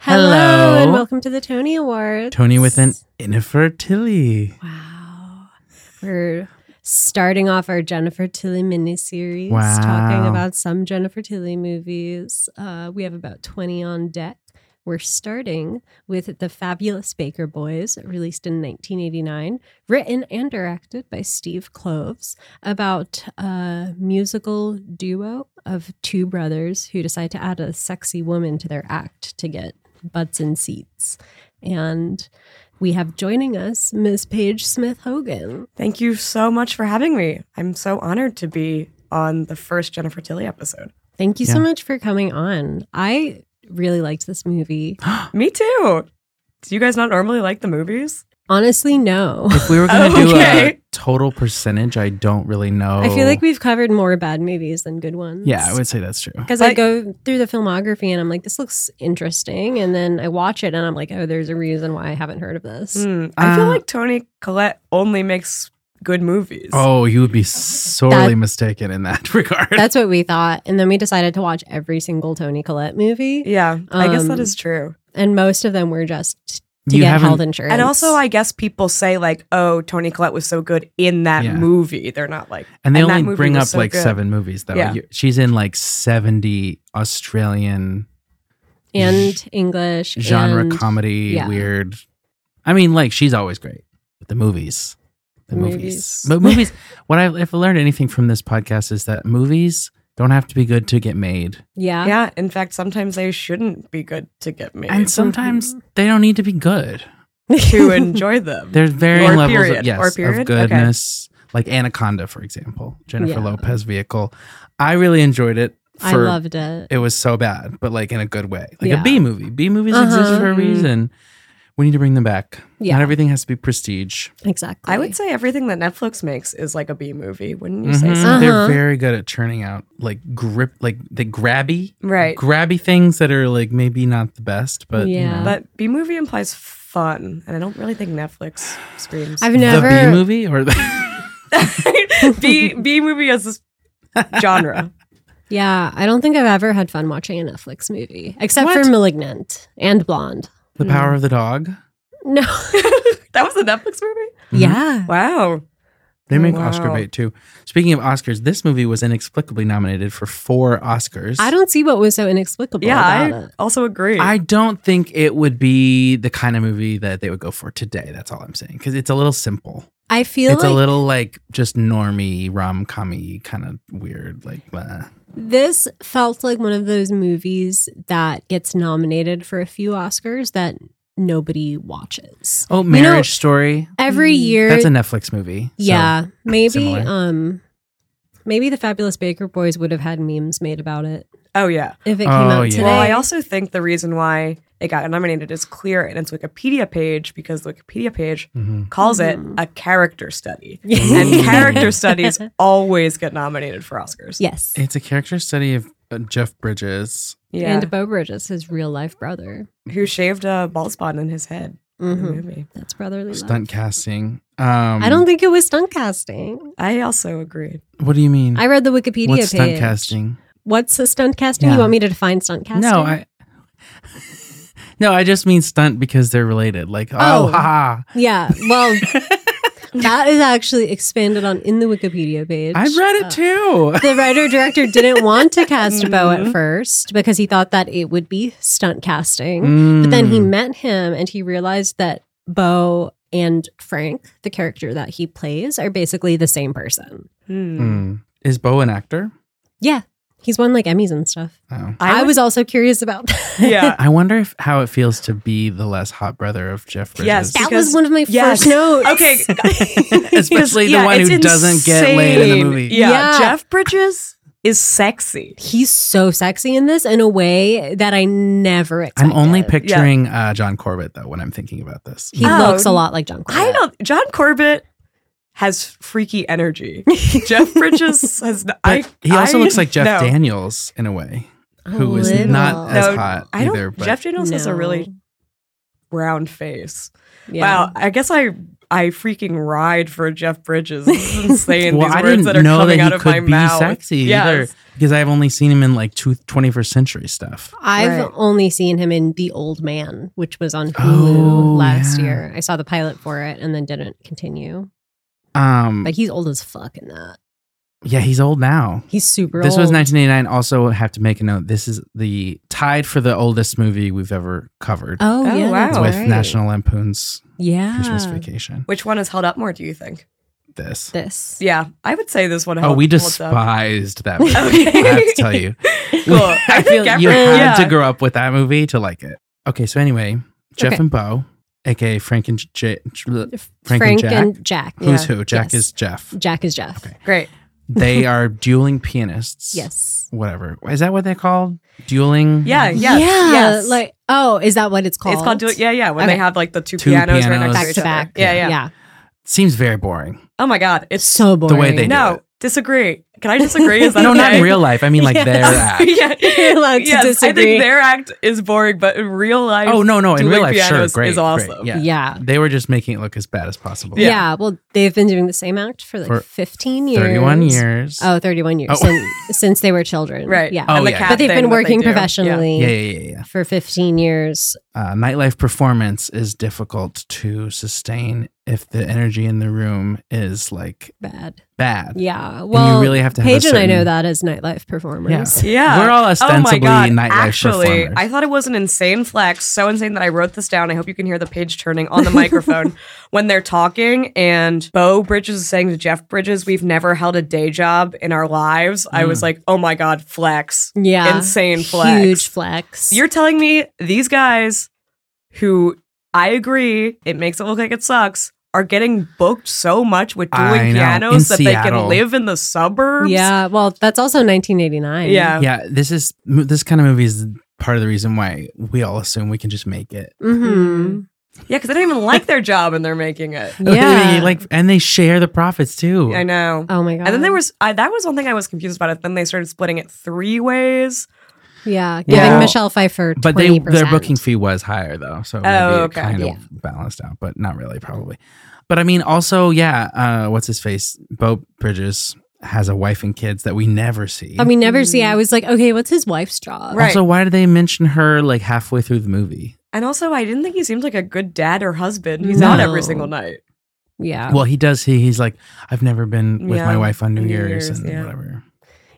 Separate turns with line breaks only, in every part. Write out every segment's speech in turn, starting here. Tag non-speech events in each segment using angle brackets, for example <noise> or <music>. Hello.
and welcome to the Tony Awards.
Tony with an Jennifer Tilly.
Wow. We're starting off our Jennifer Tilly miniseries,
Wow.
talking about some Jennifer Tilly movies. Uh, we have about 20 on deck. We're starting with The Fabulous Baker Boys, released in 1989, written and directed by Steve Cloves, about a musical duo of two brothers who decide to add a sexy woman to their act to get butts in seats. And we have joining us Ms. Paige Smith Hogan.
Thank you so much for having me. I'm so honored to be on the first Jennifer Tilly episode. <gasps>
Thank you so
Yeah.
much for coming on. I really liked this movie. <gasps>
Me too. Do you guys not normally like the movies?
Honestly, no.
If we were going to do
Okay.
a total percentage, I don't really know.
I feel like we've covered more bad movies than good ones.
Oh. Yeah, I would say that's true.
Because I
Like-
go through the filmography and I'm like, this looks interesting. And then I watch it and I'm like, oh, there's a reason why I haven't heard of this.
Hmm. I feel
Uh,
like Tony Collette only makes good movies.
Oh, you would be sorely
That-
mistaken in that <laughs> regard.
That's what we thought. And then we decided to watch every single Tony Collette movie.
Yeah, I guess
Um,
that is true.
And most of them were just to
you
get
haven't.
health insurance.
And also, I guess people say, like, oh, Tony Collette was so good in that
Yeah.
movie. They're not like,
and they
and that
only
movie
bring
was
up
so
like
good.
seven movies, though.
Yeah.
You- She's in like 70 Australian
and English
genre
and
comedy,
yeah.
weird. I mean, like, she's always great, but the movies. The
Movies.
movies. But movies, <laughs> what I've if I learned anything from this podcast is that movies don't have to be good to get made.
Yeah.
yeah, in fact, sometimes they shouldn't be good to get made
And sometimes they don't need to be good.
<laughs>
<laughs>
<laughs>
to enjoy them.
There's varying
Or
levels of
period.
yes,
Or
of
period? Okay.
goodness. Like Anaconda, for example, Jennifer
Yeah.
Lopez vehicle. I really enjoyed it. For,
I loved it.
it was so bad, but like in a good way. Like
Yeah.
a B movie. B movies exist
Uh-huh.
for a
Mhm.
reason. We need to bring them back.
Yeah.
Not everything has to be prestige.
Exactly.
I would say everything that Netflix makes is like a B movie, wouldn't you say
Mhm.
so?
They're
Uh-huh.
very good at churning out like grip, like the grabby,
Right.
grabby things that are like maybe not the best, but you
Yeah.
know.
But B movie implies fun, and I don't really think Netflix screams. <laughs>
I've
the B
never.
movie or the <laughs>
B B movie as this genre.
Yeah, I don't think I've ever had fun watching a Netflix movie except
What?
for Malignant and Blonde. <laughs>
the
Hmm.
Power of the Dog.
No.
that was a Netflix movie.
Yeah.
Wow.
Oh,
They make
Wow.
Oscar bait too. Speaking of Oscars, this movie was inexplicably nominated for four Oscars.
I don't see what was so inexplicable
Yeah,
about
I
it.
also agree.
I don't think it would be the kind of movie that they would go for today. That's all I'm saying because it's a little simple.
I feel
it's
like
a little like just normie rom commy kind of weird. Like blah.
this felt like one of those movies that gets nominated for a few Oscars that nobody watches.
oh,
You
Marriage
know,
Story.
every year
That's a Netflix movie. so-
Yeah, maybe
similar.
um maybe the Fabulous Baker Boys would have had memes made about it
oh yeah.
if it came
Oh,
out
yeah.
today.
Well, I also think the reason why it got nominated is clear in its Wikipedia page because the Wikipedia page
Mhm.
calls
Mhm.
it a character study.
Ooh.
And character studies always get nominated for Oscars.
Yes.
It's a character study of uh, Jeff Bridges.
Yeah.
And Bo Burgess, his real life brother.
who shaved a bald spot in his head in the
Mhm.
movie.
That's brotherly love.
Stunt casting. Um,
I don't think it was stunt casting.
I also agree.
What do you mean?
I read the Wikipedia
Mm. What's
page.
stunt casting?
What's a stunt casting?
Yeah.
You want me to define stunt casting?
No, I. no, I <laughs> just mean stunt because they're related. Like oh,
Oh.
haha.
Yeah.
<laughs>
Well, that is actually expanded on in the Wikipedia page.
I read
Uh,
it too.
the writer director didn't want to cast Bo
Mm.
at first because he thought that it would be stunt casting. But then he
Mm.
met him and he realized that Bo and Frank, the character that he plays, are basically the same person.
Hmm.
Mm. Is Bo an actor?
Yeah. He's won like Emmys and stuff.
Oh.
I,
I, would-
was also curious about that.
<laughs> yeah.
I wonder if how it feels to be the less hot brother of Jeff Bridges.
Yes.
That
Because-
was one of my
yes.
first notes.
<laughs> Okay.
<laughs> Especially the one who
it's
doesn't get laid in the movie.
Yeah.
Yeah.
Jeff Bridges is sexy.
<laughs> He's so sexy in this in a way that I never
I'm
expected.
only picturing uh, John Corbett though when I'm thinking about this.
He
Oh,
looks a lot like John Corbett.
I don't. John Corbett has freaky energy. Jeff <laughs> Bridges has. n- I,
But he also
I-
looks like Jeff
no.
Daniels in a way, who is
A
not
little.
as
No,
hot
I don't.
either. But
Jeff Daniels has a really brown face.
Yeah.
Wow, I guess I I freaking ride for Jeff Bridges. This <laughs> is insane.
well,
These
I
words
didn't
that are
know
coming
that
out
he
of my
could be
mouth.
sexy
Yes.
either because I've only seen him in like two, 21st century stuff.
I've
Right.
only seen him in The Old Man, which was on Hulu
Oh,
last
yeah.
year. I saw the pilot for it and then didn't continue.
Um,
But he's old as fuck in that.
yeah, he's old now.
He's super
This
old.
was 1989. Also, have to make a note. This is the tied for the oldest movie we've ever covered
Oh,
Oh,
yeah.
wow.
that's
with
right.
National Lampoon's
yeah.
Christmas Vacation.
Which one has held up more? Do you think?
This.
This.
Yeah, I would say this one.
Oh,
held-
we
holds up.
despised
<laughs>
that movie.
Okay.
I have to tell
<laughs>
you.
Cool.
<laughs> I feel
think
you
everyone-
had
yeah.
to grow up with that movie to like it. Okay, so anyway, Jeff
Okay.
and Bo, aka Frank and J- J-
Frank,
Frank and
and,
Jack?
Jack.
who's
Yeah.
who? Jack
Yes.
is Jeff.
Jack is Jeff.
Okay.
Great.
<laughs>
They are dueling pianists.
Yes.
Whatever. Is that what they're called? Dueling?
Yeah, Yes,
Yeah.
yes.
Like, oh, is that what it's called?
It's called. Do- yeah, yeah. When
Okay.
they have like the two,
Two
pianos, right
pianos.
next
Back
to each
to
other.
back.
Yeah, yeah,
yeah.
Seems very boring.
<laughs>
Oh my god,
It's
it's
so boring.
The way they do
no.
it.
Disagree. Can I
<laughs>
disagree? Is that
No, not
okay?
in
<laughs>
real life. I mean,
<laughs>
like
Yeah.
their act.
yeah.
You're allowed to
yes, I
disagree.
think their act is boring, but in real life,
Oh no, no, in
Dueling
real life, sure,
Pianos
great,
is
great,
awesome.
Yeah.
Yeah.
they were just making it look as bad as possible.
yeah. Well, they've been doing the same act for like
For
15 years.
thirty-one years.
Oh, 31 years
Oh.
since, since they were children.
right.
Yeah.
Oh,
and the
yeah.
cat
but they've
thing
been
that they
working
do. Yeah.
professionally
yeah, yeah, yeah, yeah.
for 15 years.
Uh, nightlife performance is difficult to sustain if the energy in the room is like
Bad.
bad.
Yeah. Well,
really have to have a
Paige and I know
certain-
that as nightlife
<laughs>
performers.
Yeah.
We're all ostensibly
oh my God.
nightlife
Actually,
performers.
I thought it was an insane flex, so insane that I wrote this down. I hope you can hear the page turning on the
<laughs>
microphone when they're talking. And Bo Bridges is saying to Jeff Bridges, "We've never held a day job in our lives." I
Mm.
was like, "Oh my god, flex!
Yeah.
Insane flex.
Huge flex.
You're telling me these guys, who I agree, it makes it look like it sucks." Are getting booked so much with
I
dueling
know. In
pianos that they
Seattle.
can live in the suburbs.
Yeah. Well, that's also 1989.
Yeah.
yeah. This is mo- this kind of movie is part of the reason why we all assume we can just make it. <laughs>
hmm
yeah, because they don't even like their job and they're making it.
Oh, Yeah.
<laughs> like, and they share the profits too.
I know.
Oh my god.
And then there was I, that was one thing I was confused about. It then they started splitting it three ways.
yeah, giving
Well,
Michelle Pfeiffer 20%.
But they their booking fee was higher though, so maybe
Oh,
it
okay.
kind
Yeah.
of balanced out, but not really probably. But I mean, also, yeah, uh, what's his face? Bo Bridges has a wife and kids that we never see.
I mean, never see. I was like, okay, what's his wife's job?
Right.
also, why did they mention her like halfway through the movie?
And also, I didn't think he seemed like a good dad or husband. He's
No.
out every single night.
Yeah.
Well, he does. He he's like, I've never been with
Yeah,
my wife on New,
New
Year's,
Year's,
and
yeah.
whatever.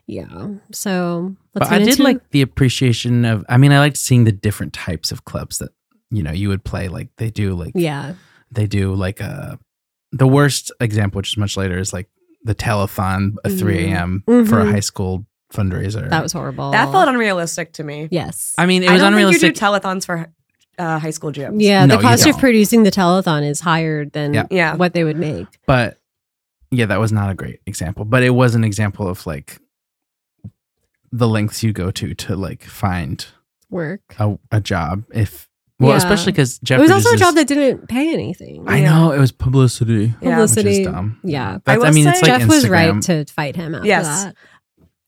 Yeah. So
But
let's
I
get
did
into-
like the appreciation of. I mean, I liked seeing the different types of clubs that you know you would play. Like they do, like
Yeah.
they do like a the worst example, which is much later, is like the telethon at
Mhm.
three a.m. for a
Mhm.
high school fundraiser.
That was horrible.
That felt unrealistic to me.
Yes.
I mean, it
I
was
don't
unrealistic.
think you do telethons for uh, high school gyms.
yeah.
No,
the
you
cost of
don't.
producing the telethon is higher than
Yeah.
Yeah.
what they would make.
but yeah, that was not a great example. But it was an example of like the lengths you go to to like find
Work.
a, a job if well,
Yeah.
especially because Uh, Jeff.
it was also a
Bridges is-
job that didn't pay anything.
I know it was publicity.
Yeah.
Which
Publicity.
is dumb.
Yeah.
That's-
I
I,
will
mean,
say-
it's like
Jeff was
Instagram.
right to fight him after
Yes.
that.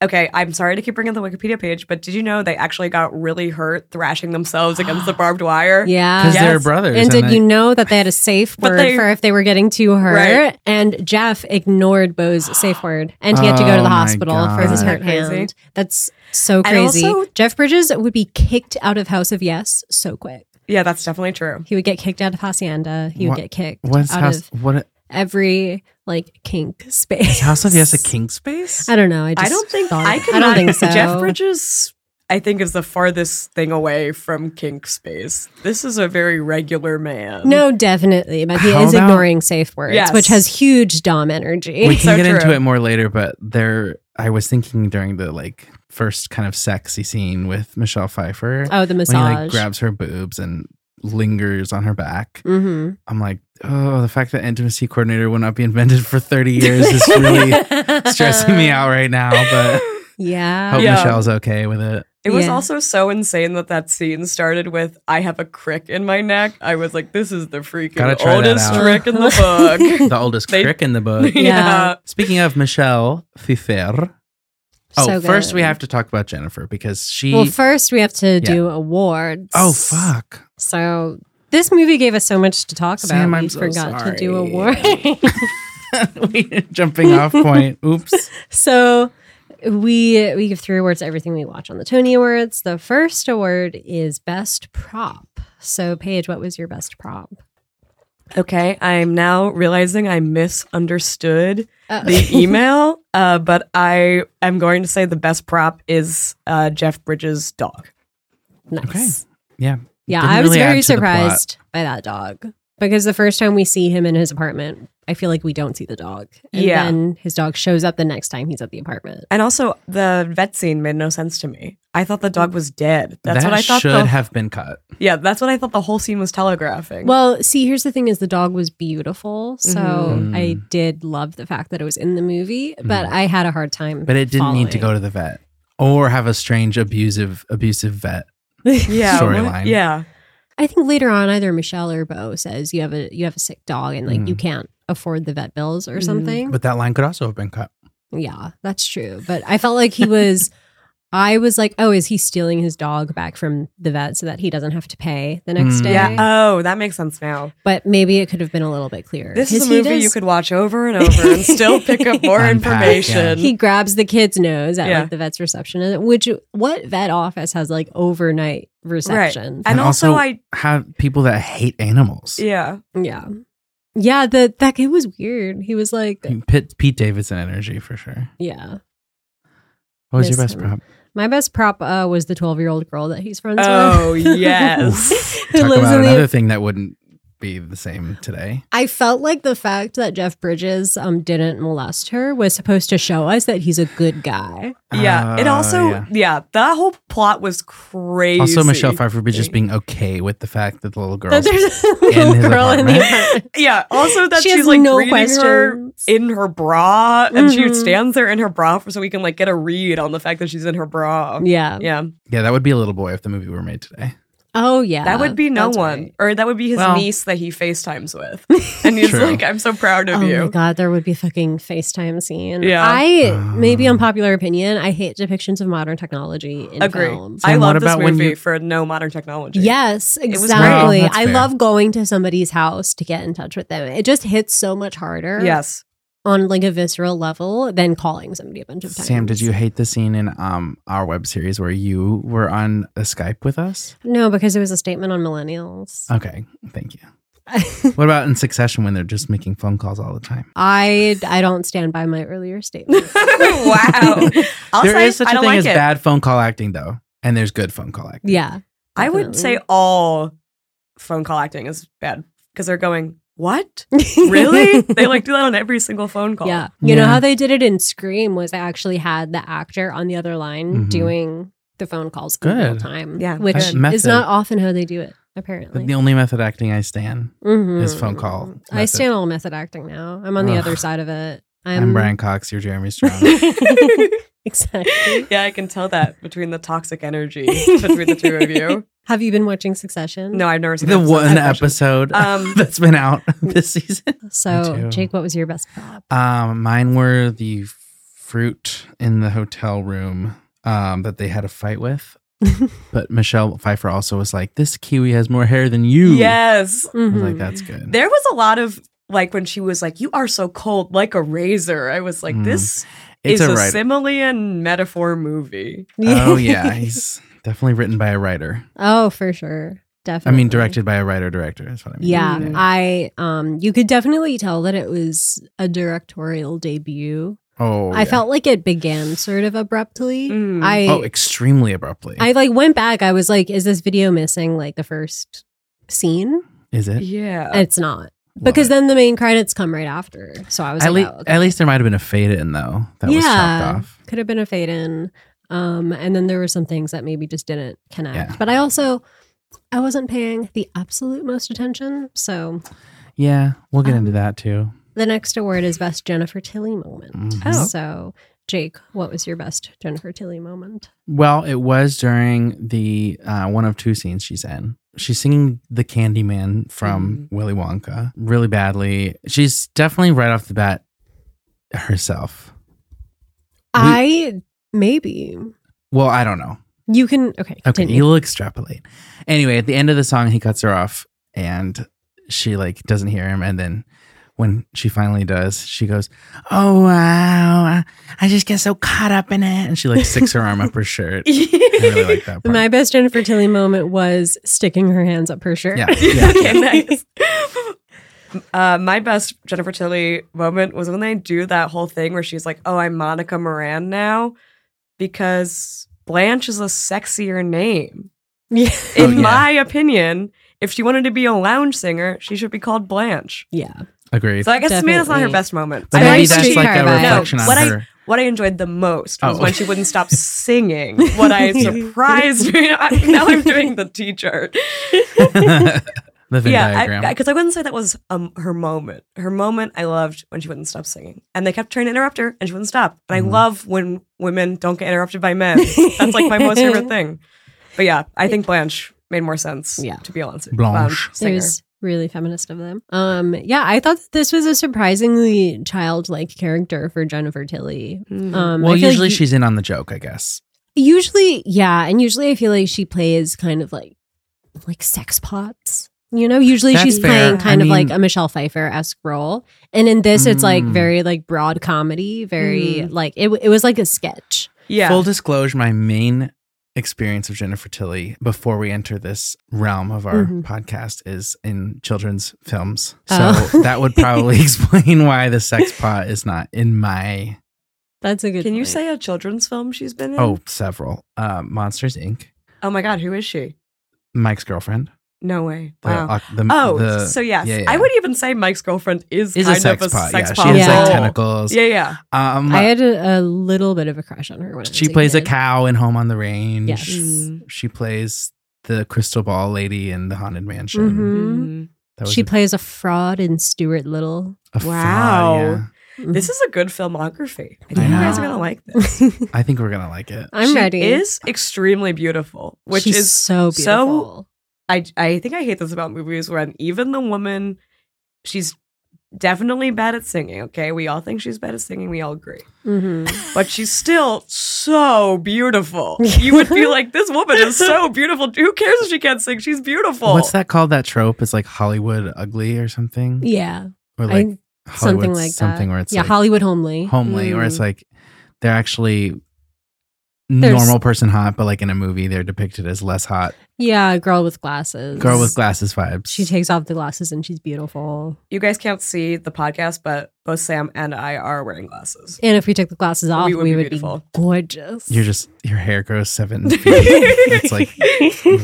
Okay, I'm sorry to keep bringing up the Wikipedia page, but did you know they actually got really hurt thrashing themselves
<gasps>
against the barbed wire?
because
Yeah.
Yes.
they're brothers.
And did
I-
you know that they had a safe
But
word
they-
for if they were getting too hurt?
Right.
And Jeff ignored Bo's safe word, and he had to go to
Oh
the
my
hospital for his
God.
hurt
Isn't that crazy?
hand. That's so
And
crazy.
also-
Jeff Bridges would be kicked out of House of Yes so quick.
Yeah, that's definitely true.
He would get kicked out of Hacienda. He would
What-
get kicked
what's
out
house?
of
What
every like kink space.
house of yes a king space?
<laughs> I don't know. I, just
I don't think
thought-
I can.
I don't think so.
<laughs> Jeff Bridges, I think, is the farthest thing away from kink space. This is a very regular man.
No, definitely, but he
How
is
about-
ignoring safe words,
Yes.
which has huge dom energy.
we can
So
get
true.
into it more later, but there, I was thinking during the like first kind of sexy scene with Michelle Pfeiffer
<laughs> oh, the
when he
massage.
like grabs her boobs and lingers on her back.
mm-hmm.
<laughs>
I'm like, oh, the fact that intimacy coordinator will not be invented for
<laughs>
30 years is really stressing me out right now.
<laughs>
But
Yeah.
hope
Yeah.
Michelle's okay with it.
It was
Yeah.
also so insane that that scene started with "I have a crick in my neck." I was like, "This is the
Gotta
freaking
try that
oldest
out.
trick in <laughs> the
<laughs> The oldest
They-
crick in the
book." <laughs>
book.
Yeah.
Speaking of Michelle Pfeiffer, oh, first we have E. to talk about Jennifer because she.
Well, first we have to do awards.
oh fuck!
So This movie gave us so much to talk about.
Sam,
we
I'm so
forgot to do a
sorry.
warning.
<laughs> We- Jumping off point. Oops.
<laughs> so we we give three awards to everything we watch on the Tony Awards. The first award is best prop. So Paige, what was your best prop?
Okay, I'm now realizing I misunderstood
Uh,
the <laughs> email, uh, but I am going to say the best prop is uh, Jeff Bridges' dog.
nice.
Okay. Yeah.
Yeah,
Didn't
I was
really
very
add to the plot.
surprised by that dog because the first time we see him in his apartment, I feel like we don't see the dog. And
Yeah.
then his dog shows up the next time he's at the apartment.
And also, the vet scene made no sense to me. I thought the dog was dead. That's
that
what I thought.
should
The,
have been cut.
yeah, that's what I thought the whole scene was telegraphing.
Well, see, here's the thing is the dog was beautiful. So
Mhm.
I did love the fact that it was in the movie, but
Mhm.
I had a hard time.
But it didn't need to go
following.
to the vet or have a strange abusive abusive vet.
<laughs> yeah,
storyline.
what- Yeah,
I think later on either Michelle or Bo says you have a you have a sick dog and like
Mhm.
you can't afford the vet bills or
Mhm.
something.
But that line could also have been cut.
Yeah, that's true. But I felt like he was, <laughs> I was like, oh, is he stealing his dog back from the vet so that he doesn't have to pay the next
Mm.
day?
yeah. Oh, that makes sense now.
But maybe it could have been a little bit clearer.
This
'Cause
is a
he
movie
does-
you could watch over and over and still <laughs> pick up more
Unpack,
information.
He grabs the kid's nose at
Yeah.
like the vet's reception, which what vet office has like overnight reception?
And
And
also,
also-
I
Have people that hate animals.
yeah.
Yeah, yeah. The that kid was weird. He was like,
Hmm.
Pete, Pete Davidson energy for sure.
yeah.
What was your
Miss
best
him.
prop?
My best prop uh, was the twelve-year-old girl that he's friends
Oh
with. <laughs>
<laughs> yes.
who
Talk
lives
about
in the
another thing that wouldn't be the same today.
I felt like the fact that Jeff Bridges um didn't molest her was supposed to show us that he's a good guy.
<laughs> Yeah. it
Uh,
also, yeah.
yeah.
that whole plot was crazy.
Also, Michelle Pfeiffer be just being okay with the fact that the little girl.
That there's a little
his
girl in the
apartment.
apartment.
Yeah. Also, that
She has
she's like
no
reading her
questions.
in her bra, and she
Mhm.
stands there in her bra for, so we can like get a read on the fact that she's in her bra.
<laughs> Yeah.
Yeah,
Yeah, that would be a little boy if the movie were made today.
Oh yeah.
that would be no
That's
one,
right.
or that would be his
Well-
niece that he FaceTimes <laughs> with, and he's
True.
like, "I'm so proud of
Oh my
you."
god, there would be a fucking FaceTime scene.
Yeah.
<sighs>
I maybe
Um.
unpopular opinion, I hate depictions of modern technology in
Agree.
films.
I
Sam,
love
what
this
about when
movie
you-
for no modern technology.
Yes,
was
exactly.
great. Wow, Oh, that's
I
fair.
love going to somebody's house to get in touch with them. It just hits so much harder
Yes.
on like a visceral level than calling somebody a bunch of times.
Sam, did you hate the scene in um our web series where you were on a Skype with us?
No, because it was a statement on millennials.
Okay, thank
<laughs>
you. What about in Succession when they're just making phone calls all the time?
I I don't stand by my earlier statement.
<laughs>
<laughs>
wow. I'll
There is
say
such
I
a
don't
thing
like
as
it.
bad phone call acting though, and there's good phone call acting.
yeah,
I would say all phone call acting is bad because they're going,
<laughs>
"What?
<laughs>
Really? they like do that on every single phone call."
yeah. You know
Yeah.
how they did it in Scream was they actually had the actor on the other line
Mhm.
doing the phone calls in
Good.
real time.
Yeah,
which
That
is
method.
not often how they do it. Apparently,
But the only method acting I stand.
Mhm.
is phone call
I
method.
stand all method acting now. I'm on the
Ugh.
other side of it.
I'm,
I'm,
Um,
<laughs>
Brian Cox, you're Jeremy
<laughs>
Strong.
exactly.
<laughs> yeah, I can tell that between the
<laughs>
toxic energy between the two of you.
Have you been watching Succession?
No, I've never
<laughs>
seen
the
an
one
of
episode
Succession. <laughs> Um,
<laughs> that's been out this season.
So,
too.
Jake, what was your best prop?
Um, mine were the fruit in the hotel room um, that they had a fight with. but Michelle Pfeiffer also was like, "This kiwi has more hair than you."
Yes.
I
<laughs>
was
Mhm.
like, "That's good."
There was a lot of like when she was like, "You are so cold, like a razor." I was like,
Mm.
"This
it's
is
a
a
writer.
simile and metaphor movie."
<laughs>
oh yeah, he's definitely written by a writer.
Oh, for sure.
I
Definitely.
mean, directed by a writer director. That's what I mean.
Yeah,
Mm.
I um you could definitely tell that it was a directorial debut.
oh,
I
yeah.
felt like it began sort of abruptly.
Mm.
I
oh extremely abruptly.
I like went back. I was like is this video missing like the first scene?
Is it?
Yeah.
It's not. Because
Uh, What?
then the main credits come right after. So I was
at,
like
lea-
oh,
at least there might have been a fade in though that was chopped off.
Could have been a fade in. Um, and then there were some things that maybe just didn't connect.
Yeah.
But I also I wasn't paying the absolute most attention. So
Yeah, we'll get
Um,
into that too.
the next award is best Jennifer Tilly moment.
Mhm.
Oh.
So Jake, what was your best Jennifer Tilly moment?
Well, it was during the uh, one of two scenes she's in. She's singing the Candyman from
Mm-hmm.
Willy Wonka really badly. She's definitely right off the bat herself. We-
I maybe
Well, I don't know.
you can okay
Okay,
continue.
you'll extrapolate. Anyway, at the end of the song, he cuts her off and she like doesn't hear him and then when she finally does she goes oh wow I- i just get so caught up in it and she like sticks her arm up her
<laughs>
shirt
<laughs>
i really like that part.
My best Jennifer Tilly moment was sticking her hands up her shirt. <laughs>
yeah, yeah.
okay, nice. Uh, my best Jennifer Tilly moment was when they do that whole thing where she's like, "Oh, I'm Monica Moran now," because Blanche is a sexier name.
Yeah.
Oh,
In
yeah.
my opinion, if she wanted to be a lounge singer, she should be called Blanche.
Yeah.
agreed
So I guess to me, that's not her
Definitely.
best moment.
but
I
maybe
like
that's like
streetcar
a
vibes.
reflection
No,
on
what I-
her
What I enjoyed the most was
Oh.
when she wouldn't stop singing.
<laughs>
What I surprised me. <laughs> now I'm doing the T chart.
<laughs> the Venn diagram
yeah, because I, wouldn't say that was um her moment. Her moment I loved when she wouldn't stop singing, and they kept trying to interrupt her, and she wouldn't stop. And I
Mhm.
love when women don't get interrupted by men. That's like my most favorite thing. But yeah, I think Blanche made more sense.
Yeah.
to be honest, um,
Blanche.
It
singer.
was really feminist of them. Um, yeah, I thought that this was a surprisingly childlike character for Jennifer Tilly.
Mhm.
Um,
well
I feel like
usually
you-
she's in on the joke i guess
usually yeah, and usually I feel like she plays kind of like like sex pots. You know, usually
That's
she's
fair.
playing
I
kind of like
mean-
a Michelle Pfeiffer esque role, and in this it's like
Mm. Mm-hmm.
very like broad comedy, very
Mm.
like it. w- It was like a sketch.
yeah,
Full disclosure, my main experience of Jennifer Tilly before we enter this realm of our
Mm-hmm.
Mhm.
podcast is in children's films. So
<laughs>
Oh.
that would probably <laughs> explain why the sex pot is not in my
That's a good.
Can you
point.
say a children's film she's been in?
oh several. Uh, Monsters Inc.
oh my God, who is she?
Mike's girlfriend.
No way.
The,
Wow.
uh, the-
oh,
the-
so yes,
yeah, yeah.
I would even say Mike's girlfriend is,
is
kind
a sex
of a
pot.
sex
yeah,
pot.
she has
Yeah.
like
role.
tentacles.
Yeah, yeah.
Um,
I had a, a little bit of a crush on her when I was
she plays a
kid.
cow in Home on the Range.
Yes.
Mm.
She plays the crystal ball lady in the Haunted Mansion.
Mhm.
Mm-hmm.
That was
She
a,
plays a fraud in Stuart Little.
a fraud,
Wow.
yeah.
This is a good filmography. I think
I
you guys are
know.
gonna like this.
is.
I think we're gonna
<laughs>
like it.
<laughs> I'm
she
ready.
Is extremely beautiful, which
She's
is
so
so-
beautiful.
I I think I hate this about movies when even the woman, she's definitely bad at singing. Okay, we all think she's bad at singing. We all agree,
Mhm.
<laughs> but she's still so beautiful. You would be like, this woman is so beautiful. Who cares if she can't sing? She's beautiful.
What's that called? That trope is like Hollywood ugly or something,
Yeah,
or
I-
like Hollywood
something like
something
that.
where it's
yeah,
like
Hollywood homely. Mm.
homely, or it's like they're actually
There's-
normal person hot, but like in a movie they're depicted as less hot.
yeah, girl with glasses.
Girl with glasses vibes.
She takes off the glasses and she's beautiful.
You guys can't see the podcast, but both Sam and I are wearing glasses.
And if we took the glasses off, we would, be,
beautiful.
gorgeous.
You're just your hair
<laughs>
grows seven feet. it's like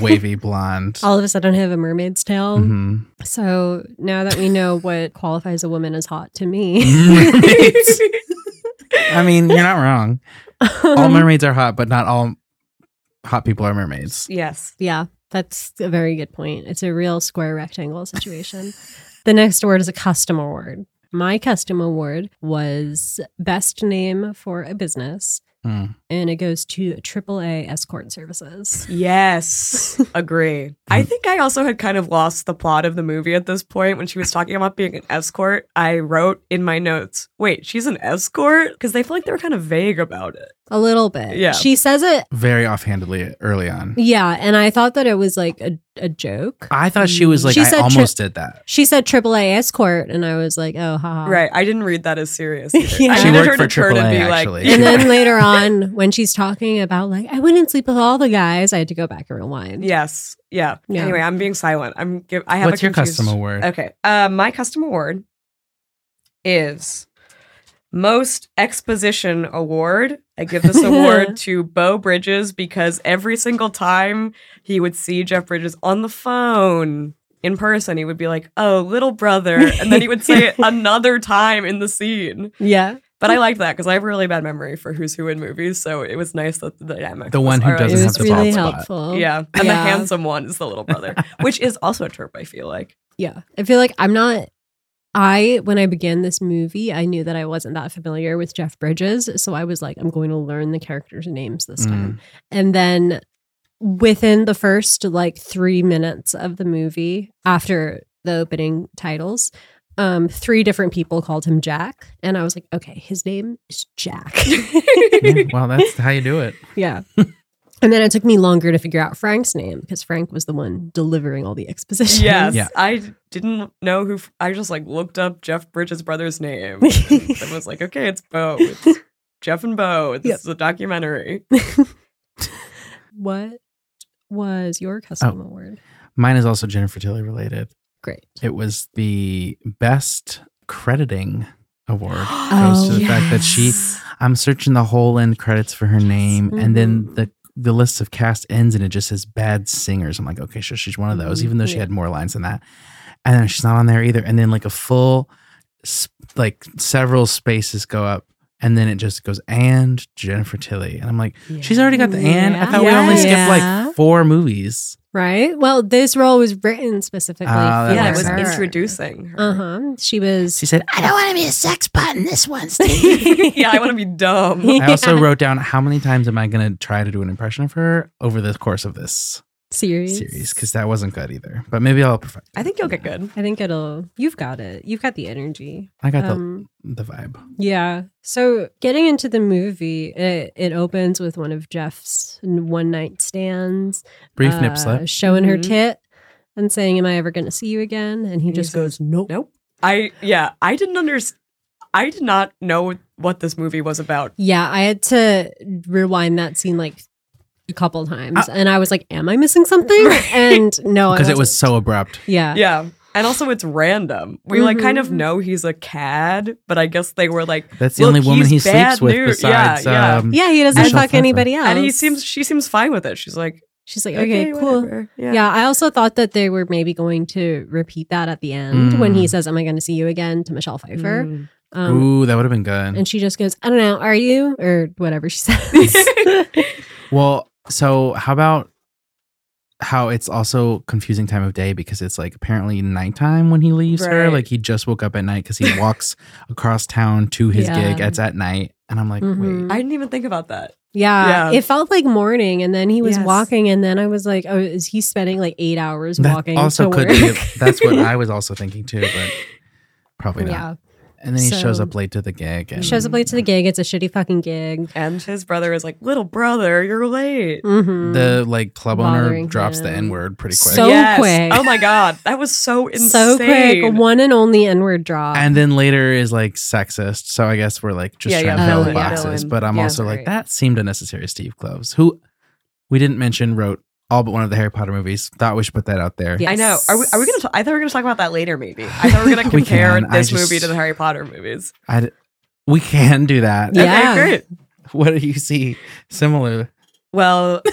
wavy blonde.
all of a sudden have a mermaid's tail.
<laughs> Mhm.
So now that we know what qualifies a woman as hot to
Mm-hmm.
me,
Mermaids. I mean, you're not wrong. All
um,
mermaids are hot, but not all hot people are mermaids.
<laughs> yes.
<laughs> Yeah, that's a very good point. It's a real square rectangle situation. the next award is a custom award. My custom award was best name for a business,
Mm.
and it goes to AAA Escort Services.
<laughs> Yes, agree. I think I also had kind of lost the plot of the movie at this point when she was talking about being an escort. I wrote in my notes, "Wait, she's an escort?" Because they feel like they were kind of vague about it.
A little bit.
Yeah.
She says it.
Very offhandedly early on.
Yeah, and I thought that it was like a, a joke.
I thought she was like,
She
I
said tri-
almost did that.
She said AAA Escort, and I was like, oh, haha.
Right? I didn't read that as
<laughs>
serious. Either.
Yeah.
I
She
needed
worked
her
for
to turn and
AAA,
be like,
actually.
<laughs> And
<laughs>
then later on, when she's talking about like, I wouldn't sleep with all the guys, I had to go back and rewind.
"Yes, yeah.
Yeah.
Anyway, I'm being silent. I'm. Give, I have.
What's
a
your
confused-
custom award?
Okay. Uh, my custom award is most exposition award. I give this
<laughs>
award to Bo Bridges because every single time he would see Jeff Bridges on the phone in person, he would be like, "Oh, little brother," and then he
<laughs>
would say it another time in the scene.
Yeah.
But I liked that because I have a really bad memory for who's who in movies, so it was nice that the dynamic.
The
was
one who
already
It
doesn't
was
have the
really
bald spot.
helpful.
Yeah, and the
Yeah.
handsome one is the little brother, which is also a trope. I feel like.
Yeah. I feel like I'm not I when I began this movie, I knew that I wasn't that familiar with Jeff Bridges, so I was like I'm going to learn the characters' names this time.
Mm.
And then within the first like 3 minutes of the movie after the opening titles, um three different people called him Jack, and I was like, okay, his name is Jack.
Yeah, well, that's how you do it.
<laughs> yeah. And then it took me longer to figure out Frank's name because Frank was the one delivering all the exposition.
<laughs> Yes,
Yeah.
I didn't know who. I just like looked up Jeff Bridges' brother's
<laughs>
name. and I was like, okay, it's Bo. It's Jeff and Bo. This
Yep. Oh,
is
<gasps>
a documentary.
what was your custom
Oh.
award?
Mine is also Jennifer Tilly related.
Great.
It was the best crediting award.
Oh,
goes to the fact that she
yes.
I'm searching the whole end credits for her name, and
Mm-hmm.
then the the list of cast ends, and it just says bad singers. I'm like, okay, sure, she's one of those,
Mhm.
even though she
Yeah.
had more lines than that. And then she's not on there either. And then like a full, s- like several spaces go up, and then it just goes and Jennifer Tilly, and I'm like, she's already got the and. I thought we only skipped
Yeah.
like four movies.
Right. Well, this role was written specifically.
Oh, that
yeah, it
makes
was
sense.
introducing her.
Uh huh. She was. <laughs>
She said, I don't want to be a sex bot in this one, Steve.
yeah, I want to
<laughs>
be dumb.
I also wrote down how many times am I going to try to do an impression of her over the course of this
series.
series because that wasn't good either. But maybe I'll perfect. it.
I think you'll get good.
I think it'll. You've got it. You've got the energy.
I got
Um,
the the vibe.
Yeah. So getting into the movie, it, it opens with one of Jeff's one night stands.
Brief
uh,
nip slip.
Showing her
Mhm.
tit and saying, Am I ever going to see you again? And he
And he
just goes, Nope.
Nope. I yeah, I didn't understand. I did not know what this movie was about.
Yeah. I had to rewind that scene like a couple times. and I was like, Am I missing something? And no, I
Ah. Because it was
wasn't.
so abrupt.
Yeah.
Yeah. And also, it's random. We like kind of
Mhm.
know he's a cad, but I guess they were like,
That's the
Look,
only woman
he's
he
bad
sleeps with
news.
besides.
Yeah, yeah.
Um,
Yeah. He doesn't
Michelle
fuck
Pfeiffer.
anybody else.
and he seems she seems fine with it. She's like,
She's like,
okay,
Okay, cool.
whatever.
Yeah. I also thought that they were maybe going to repeat that at the end
Mm.
when he says, "Am I going to see you again?" to Michelle Pfeiffer.
Mm.
Um,
Ooh, that would have been good.
And she just goes, I don't know, are you? Or whatever she <laughs>
<laughs>
says. Mm. <laughs>
well, so how about how it's also confusing time of day because it's like apparently nighttime when he leaves her.
Right.
Like he just woke up at night because he walks across town to his
Yeah.
gig. It's at night, and I'm like,
Mhm.
wait.
I didn't even think about that.
yeah,
Yeah.
It felt like morning. And then he was
Yes.
walking. And then I was like, oh, is he spending like eight hours
That
walking?
also
to
could
work?
be. that's what I was also thinking too, but <laughs> probably not.
yeah.
And then he shows
So-
up late to the gig.
He
And
shows up late to the gig. It's a shitty fucking gig.
And his brother is like, little brother, you're late.
hmm
The like club owner
Bothering
drops the
him.
n word pretty quick.
So quick.
Oh my god, that was so
<laughs>
insane.
so quick. One and only N word drop.
and then later is like sexist. So I guess we're like just
Yeah,
trying
yeah,
to fill the
villain, yeah.
boxes.
villain.
But I'm
Yeah,
also like
right.
that seemed unnecessary. Steve Kloves, who we didn't mention, wrote all but one of the Harry Potter movies. Thought we should put that out there.
Yeah.
I know. Are we, are we gonna? T- I thought we were gonna talk about that later. Maybe. I thought we
<laughs>
were gonna
We
compare
can. I
this
just-
movie to the Harry Potter movies.
I d- we can do that.
Yeah.
Okay, great.
<laughs> What do you see similar?
<laughs>
Well, <laughs>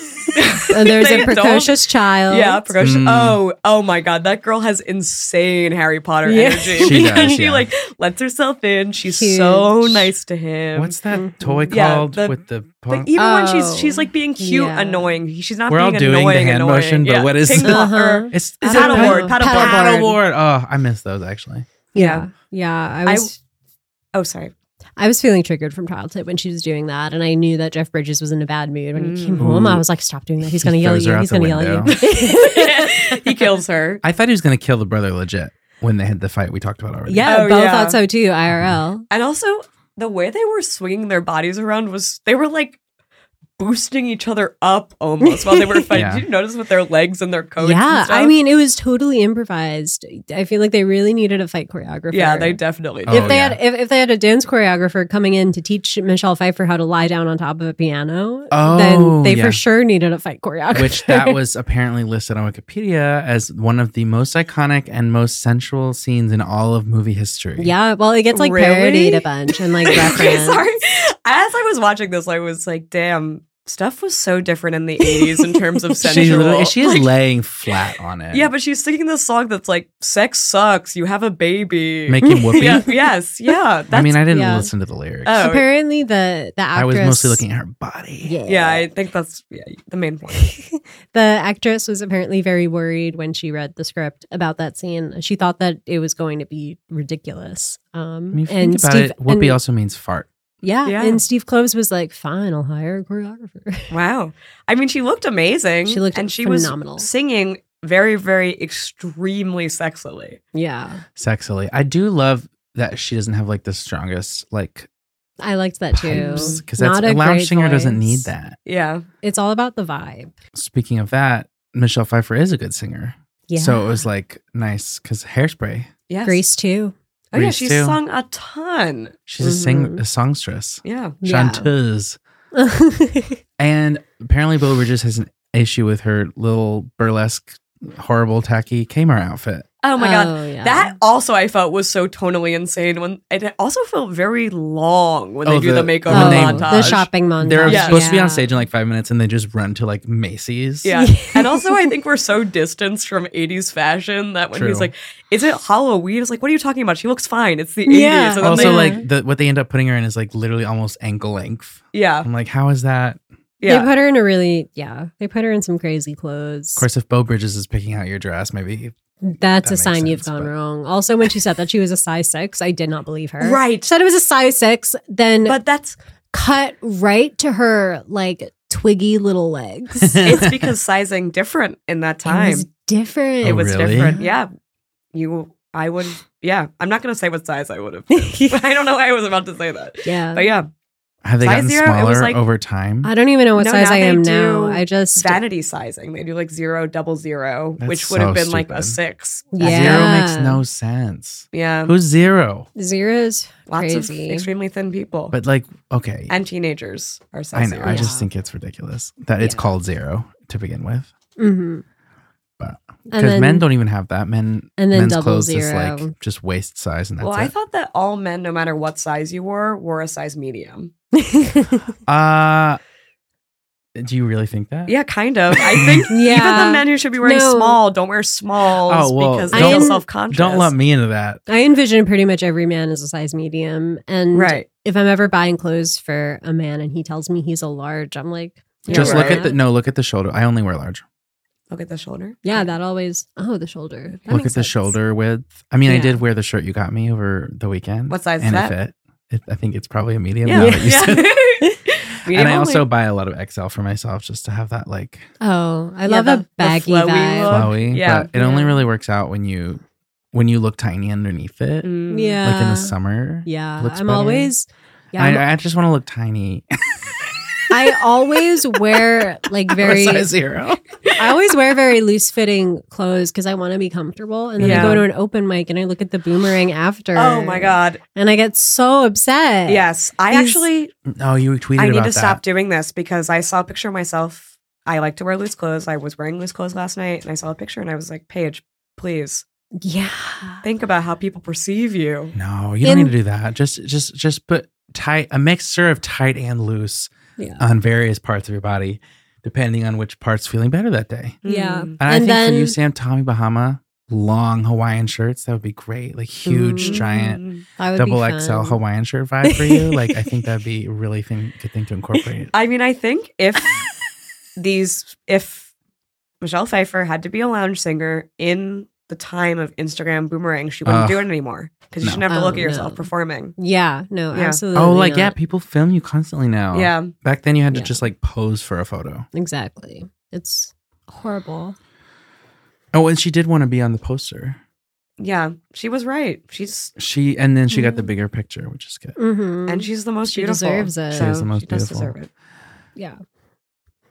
And Uh, there's
they
a
don't-
precocious child.
Yeah, precocious.
Mm.
Oh, oh my God, that girl has insane Harry Potter
Yeah.
She
energy.
does,
<laughs> she
yeah.
like lets herself in. She's so
Huge.
nice to
Um,
him.
What's
mm-hmm.
that toy
Yeah,
called
the-
with the?
but
punk?
even when she's
Oh.
she's like being cute,
Yeah.
annoying. She's not
We're all
being
doing the
annoying.
hand
annoying.
motion, but
yeah.
what is-
Pink
Uh-huh.
Pla- or-
it's is it
Paddleboard,
pad-
paddleboard.
paddleboard. Oh, I miss those actually.
Yeah. Yeah. I
I-
was.
Oh, sorry. <laughs>
I was feeling triggered from childhood when she was doing that, and I knew that Jeff Bridges was in a bad mood. When he came
Mm.
home, I
Ooh.
was like, "Stop doing that! He's
He
going to yell at
throws her
you!
out
He's
the
going to yell at
<laughs>
you!"
he kills her.
I thought he was going to kill the brother legit when they had the fight we talked about already.
<laughs> yeah,
Oh,
Bo
yeah.
thought so too. IRL.
And also, the way they were swinging their bodies around was they were like boosting each other up almost while they were fighting.
Yeah.
Did you notice with their legs and their coats? and
yeah, I
stuff?
mean, it was totally improvised. I feel like they really needed a fight choreographer.
yeah, they definitely. <laughs>
Oh,
if they
yeah.
had if, if they had a dance choreographer coming in to teach Michelle Pfeiffer how to lie down on top of a piano,
Oh,
then they
yeah.
for sure needed a fight choreographer. <laughs>
which that was apparently listed on Wikipedia as one of the most iconic and most sensual scenes in all of movie history.
yeah, well, it gets like
Really?
parodied a bunch and like
Okay,
referenced.
<laughs> sorry. As I was watching this, I was like, damn, stuff was so different in the 80s in terms of
She
sensual.
literally, she is
Like,
laying flat
<laughs>
on it.
yeah, but she's singing this song that's like, sex sucks, you have a baby.
<laughs>
making whoopee.
<laughs>
<laughs>
yeah, yes, yeah. That's,
I mean, I didn't
yeah.
listen to the lyrics.
Oh,
Apparently, the the actress
I was mostly looking at her body.
Yeah,
yeah, I think that's yeah, the main point.
the actress was apparently very worried when she read the script about that scene. She thought that it was going to be ridiculous. Um,
I mean, if you
and
think about
Steve,
it, whoopee
and-
also means fart.
yeah,
Yeah.
and Steve Kloves was like, "Fine, I'll hire a choreographer." <laughs>
Wow. I mean, she looked amazing.
She looked
and she
phenomenal.
was singing very, very extremely sexily.
yeah,
Sexily, I do love that she doesn't have like the strongest like
I liked that too.
pipes because that's
Not
a, lounge
great
singer doesn't
voice.
need that.
Yeah.
It's all about the vibe.
Speaking of that, Michelle Pfeiffer is a good singer,
Yeah.
so it was like nice because Hairspray.
Yes.
Grace too. <laughs>
Oh yeah,
Grace
she
too.
sung a ton.
She's a sing
Mhm.
a songstress,
Mm-hmm. Yeah.
Yeah.
chanteuse, and apparently Bo Bridges has an issue with her little burlesque, horrible, tacky Kmart outfit.
Oh my god.
yeah.
That also I felt was so tonally insane when it also felt very long when
Oh,
they do
the-
the,
when
makeover
they-
montage.
Oh, the shopping montage.
They're
Oh, Yeah.
supposed to be on stage in like five minutes, and they just run to like Macy's.
Yeah.
<laughs>
and also I think we're so distanced from 80s fashion that when
True.
he's like, Is it Halloween? It's like, what are you talking about? She looks fine. It's the 80s.
Yeah.
And then
Also,
they-
Yeah.
like the, what they end up putting her in is like literally almost ankle length.
Yeah.
I'm like, how is that?
Yeah.
They put her in a really yeah. They put her in some crazy clothes.
Of course, if Bo Bridges is picking out your dress, maybe
That's
that
a
makes
sign you've
sense,
gone
but-
wrong. Also, when she said that she was a size six, I did not believe her.
Right.
She said it was a size six, then
But that's
cut right to her like twiggy little
<laughs>
legs. it
it's <laughs> because sizing different in that time.
was different.
Oh,
It was
really?
different. Yeah. You I would yeah. I'm not gonna say what size I would have.
<laughs>
I don't know why I was about to say that.
yeah.
But yeah,
have they
Size
gotten
zero, it was
smaller
like-
over time?
I don't even know what
No,
size
now
I
they
am
do
now. I just
vanity sizing. They do like zero double zero,
That's
which would have
so
been like a
stupid.
six.
yeah.
Zero makes no sense.
Yeah.
Who's zero?
zeros.
Lots
Crazy.
of extremely thin people.
But like, okay,
and teenagers are
I
size
know. I
zero.
just think it's ridiculous that it's
Yeah.
called zero to begin with,
Mm-hmm.
But- because
then,
men don't even have that. Men
and then
men's
double
clothes
zero.
is like just waist size, and that's
Well, I
it.
thought that all men, no matter what size you were, were a size medium.
uh, do you really think that?
Yeah, kind of.
<laughs>
I think even
Yeah.
the men who should be wearing
No.
small don't wear smalls
Oh, well,
because they
don't-
feel self conscious.
Don't let me into that.
<laughs> I envision pretty much every man as a size medium, and
Right.
if I'm ever buying clothes for a man and he tells me he's a large, I'm like,
You're
just look
right.
at the no. Look at the shoulder. I only wear large.
Look at the shoulder.
yeah, that always oh the shoulder. That
look at
makes
the
sense.
shoulder width. I mean, I
Yeah.
did wear the shirt you got me over the weekend.
What size is
and
that?
it fit. It, I think it's probably a medium.
Yeah.
now
<laughs>
that you
Yeah.
said-
Medium
and I
only.
also buy a lot of XL for myself just to have that like
Oh, I
Yeah,
love
the-
a
the
baggy
flowy
vibe.
look.
flowy.
yeah.
But it only
Yeah.
really works out when you when you look tiny underneath it,
Mm.
Yeah,
like in the summer.
Yeah,
looks
I'm
better.
always. Yeah, I'm-
I, I just want to look tiny. <laughs>
I always wear
<laughs>
like very. <laughs>
size zero.
I always wear very loose fitting clothes because I want to be comfortable. And then I
Yeah.
go to an open mic and I look at the boomerang after.
Oh my god.
And I get so upset.
Yes. I
These-
actually
No, you tweeted
I need to
about that.
stop doing this because I saw a picture of myself. I like to wear loose clothes. I was wearing loose clothes last night and I saw a picture and I was like, Paige, please
Yeah.
think about how people perceive you.
No, you don't
In-
need to do that. Just just just put tight a mixture of tight and loose
Yeah.
on various parts of your body, depending on which part's feeling better that day.
Yeah.
Mm.
And, I
And
think for you,
then-
Sam, Tommy Bahama, long Hawaiian shirts, that would be great. Like huge,
Mm.
giant,
That would be
double XL
fun.
Hawaiian shirt vibe for you. like, I
<laughs>
think that'd be a really thing, good thing to incorporate.
I mean, I think
<laughs>
if these, if Michelle Pfeiffer had to be a lounge singer in the time of Instagram boomerang, she wouldn't
Ugh.
do it anymore because you
No.
shouldn't have to
Oh,
look at yourself
no.
performing.
Yeah. No,
Yeah.
absolutely.
Oh, like,
not.
yeah, people film you constantly now.
Yeah.
Back then, you had to
Yeah.
just like pose for a photo.
Exactly. It's horrible.
Oh, and she did want to be on the poster.
Yeah. She was right. She's,
She, and then she got the
Mhm.
bigger picture, which is good.
Mm-hmm.
and she's the
Uh,
most
She
beautiful.
deserves it.
She
So
is the most
she does
beautiful.
deserve it.
yeah.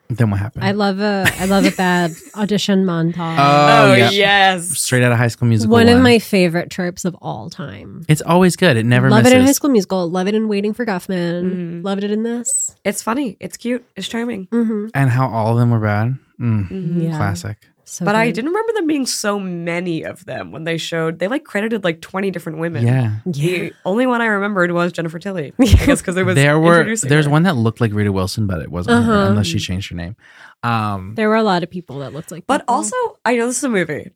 Then what happened?
I love a I love a
<laughs>
bad audition montage.
Oh, yeah.
yes.
Straight out of high school musical.
One of my favorite tropes of all time.
It's always good. It never
love
misses.
it in High School Musical. Love it in Waiting for Guffman.
Mhm.
Loved it in this.
It's funny. It's cute. It's charming.
Mm-hmm.
And how all of them were bad. Mm,
Mhm.
Yeah.
Classic.
So
But I
good.
didn't remember them being so many of them when they showed. They like credited like 20 different women.
Yeah.
Yeah.
The only one I remembered was Jennifer Tilly.
<laughs>
I guess because it was
there were
introducing
there's
her.
one that looked like Rita Wilson, but it wasn't her,
Uh-huh.
unless she changed her name. Um,
There were a lot of people that looked like.
But
people.
also, I know this is a movie.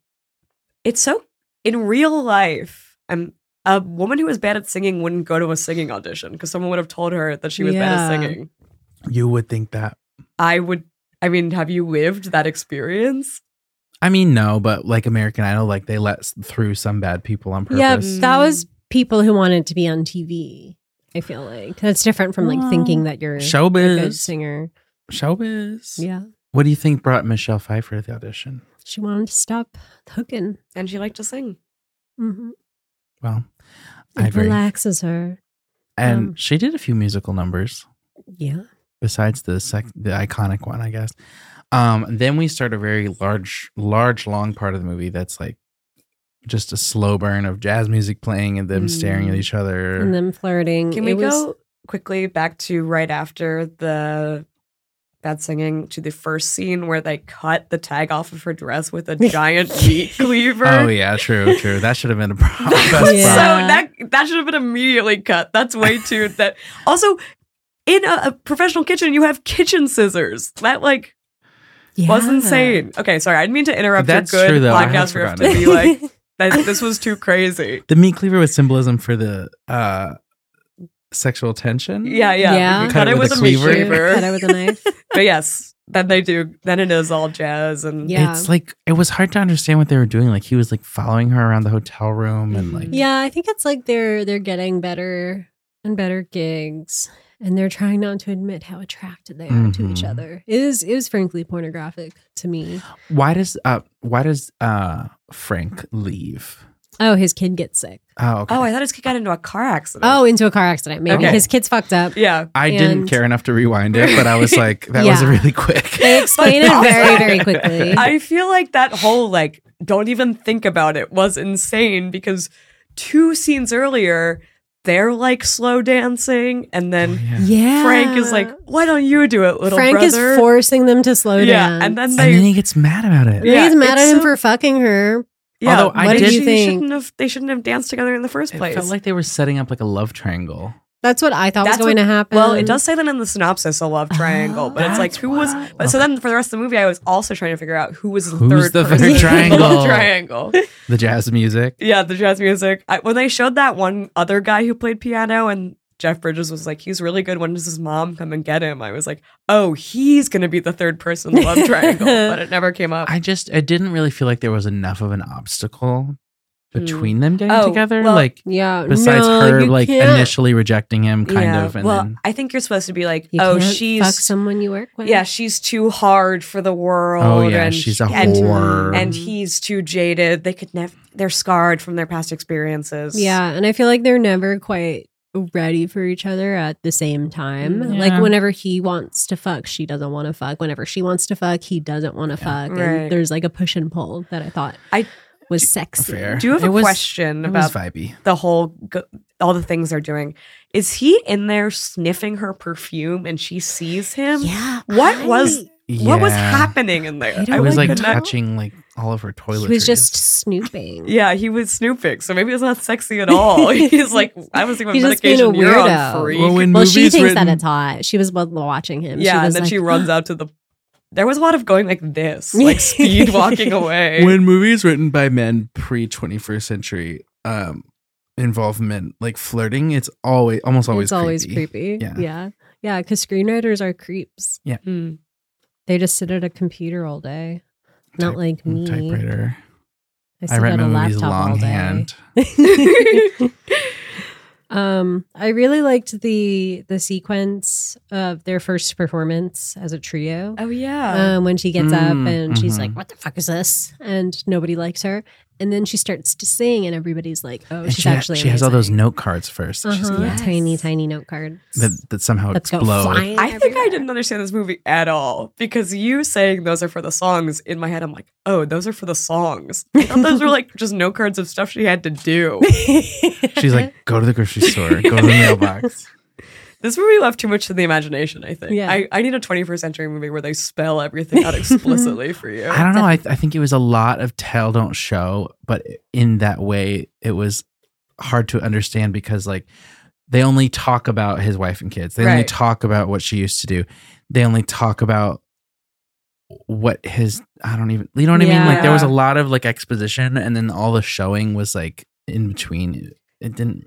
It's so in real life. I'm a woman who was bad at singing wouldn't go to a singing audition because someone would have told her that she was bad at
Yeah.
singing.
you would think that.
I would. I mean, have you lived that experience?
I mean, no, but like American Idol, like they let s- through some bad people on
yeah,
purpose.
that was people who wanted to be on TV. I feel like that's different from like
Well,
thinking that you're a good
Showbiz.
singer.
Showbiz.
Yeah,
What do you think brought Michelle Pfeiffer to the audition?
she wanted to stop hooking.
And she liked to sing.
hmm
Well, I
It
agree.
relaxes her.
And
Um,
she did a few musical numbers
Yeah.
besides the sec- the iconic one, I guess. Um, then we start a very large, large, long part of the movie that's like just a slow burn of jazz music playing and them staring at
Mm.
each other.
And then flirting.
Can we
Mm, It was-
go quickly back to right after the bad singing to the first scene where they cut the tag off of her
<laughs>
dress with a giant meat cleaver?
oh yeah, true, true. That should
<laughs>
have been a problem.
<laughs> That's
Yeah.
So that that should have been immediately cut. That's way too that. Also, in a, a professional kitchen, you have kitchen scissors. That like was
Yeah.
insane. Okay, sorry, I didn't mean to interrupt
That's
your good
true, though. I had
podcast riff to
<laughs>
forgotten.
be like that, this was too crazy.
The meat cleaver was symbolism for the uh, sexual tension.
Yeah, yeah.
Yeah.
You cut it with, a meat
<laughs>
cleaver.
Cut it
cleaver.
with a knife.
<laughs> but yes, then they do. Then it is all jazz and
Yeah.
It's like it was hard to understand what they were doing. Like he was like following her around the hotel room and like
yeah, I think it's like they're they're getting better and better gigs, and they're trying not to admit how attracted they are to each
Mhm.
other. It is it is frankly pornographic to me.
Mm-hmm.
why does uh why does uh Frank leave?
Oh, his kid gets sick.
Oh, okay.
Oh, I thought his kid got into a car accident.
Oh, into a car accident. Maybe
Okay.
his kid's fucked
<laughs>
up.
yeah.
I didn't
And-
care enough to rewind it, but I was
<laughs>
like, that was
Yeah.
really quick.
They explain it very very quickly.
<laughs>
I feel like that whole like don't even think about it was insane because two scenes earlier they're like slow dancing <laughs> and then
Oh, Yeah.
yeah,
Frank is like, "Why don't you do it, little
Frank
brother?"
is forcing them to slow
yeah,
down.
and then
And then he
they
gets mad about it.
Yeah.
he's mad
it's
at him
so-
for fucking her.
yeah.
Although I
What did did- you
They
think?
shouldn't have they shouldn't have danced together in the first
It
place.
felt like they were setting up like a love triangle.
That's what I thought
That's
was going
what-
to happen.
well, it does say that in the synopsis, a love triangle,
Oh.
but it's like
uh, That's
who was.
wild.
But so then for the rest of the movie, I was also trying to figure out <laughs> who was the
Who's
third
the
person
third
in the
triangle?
triangle.
The jazz music.
Yeah, the jazz music. I, when they showed that one other guy who played piano and Jeff Bridges was like, he's really good. When does his mom come and get him? I was like, oh, he's going to be the third person in the love triangle. <laughs> But it never came up.
I just I didn't really feel like there was enough of an obstacle between them getting
Oh,
together.
well,
like
Yeah.
besides
Hmm. no,
her
you
like
can't.
initially rejecting him kind
Yeah,
of and
well,
then
I think you're supposed to be like,
You
oh,
can't fuck
she's.
someone you work with.
Yeah, she's too hard for the world.
Oh yeah,
and
she's a
and,
whore.
and he's too jaded. They could never. They're scarred from their past experiences.
Yeah, and I feel like they're never quite ready for each other at the same time.
Mm, yeah.
Like whenever he wants to fuck, she doesn't want to fuck. Whenever she wants to fuck, he doesn't want to fuck.
Right.
And there's like a push and pull that I thought
I-
was sexy.
fair.
Do you have
It
a
was-
question
it was
about
vibey.
the whole go- all the things they're doing is he in there sniffing her perfume and she sees him
Yeah.
What
I-
was- what was
Yeah.
happening in there
I don't
It was like
could not-
touching like all of her
he
toiletries.
was just snooping.
yeah he was snooping so maybe it's not sexy
<laughs>
at all he's like i was even
He's just being a
medication you're on
weirdo.
free
Well, when
Well, she
movies
thinks
written-
that it's hot. She was watching him.
yeah
she
and
was
then
like, <laughs>
she runs out to the there was a lot of going like this like speed walking away
when movies written by men pre 21st century um involve men like flirting it's always almost always
it's always
creepy.
creepy.
Yeah.
Yeah. Yeah. Because screenwriters are creeps.
Hmm.
They just sit at a computer all day. Not
Type- mm,
like me.
typewriter
I
i
sit
read
at a
my movies
laptop all
longhand
day. <laughs> um, I really liked the the sequence of their first performance as a trio.
oh yeah
Um, when she gets
Mm,
up and she's
mhm.
like, "What the fuck is this?" and nobody likes her, and then she starts to sing, and everybody's like, "Oh,
And
she's
she, ha-
actually."
she has all those
amazing."
note cards 1st that she's
Uh-huh,
gonna-
Yes.
tiny, tiny note cards
that, that somehow
that go
explode
flying.
I think I
everywhere.
didn't understand this movie at all because you saying those are for the songs in my head. I'm like, oh, those are for the songs. I thought those were <laughs> like just no cards of stuff she had to do.
she's
<laughs>
like go to the grocery store go to the mailbox
This movie left too much to the imagination. I think.
Yeah.
I, I need a 21st century movie where they spell everything <laughs> out explicitly for you.
i don't know I, I think it was a lot of tell don't show but in that way it was hard to understand because like they only talk about his wife and kids they only
Right.
talk about what she used to do they only talk about what his i don't even you know what i mean like there was a
Yeah.
lot of like exposition and then all the showing was like in between it, it didn't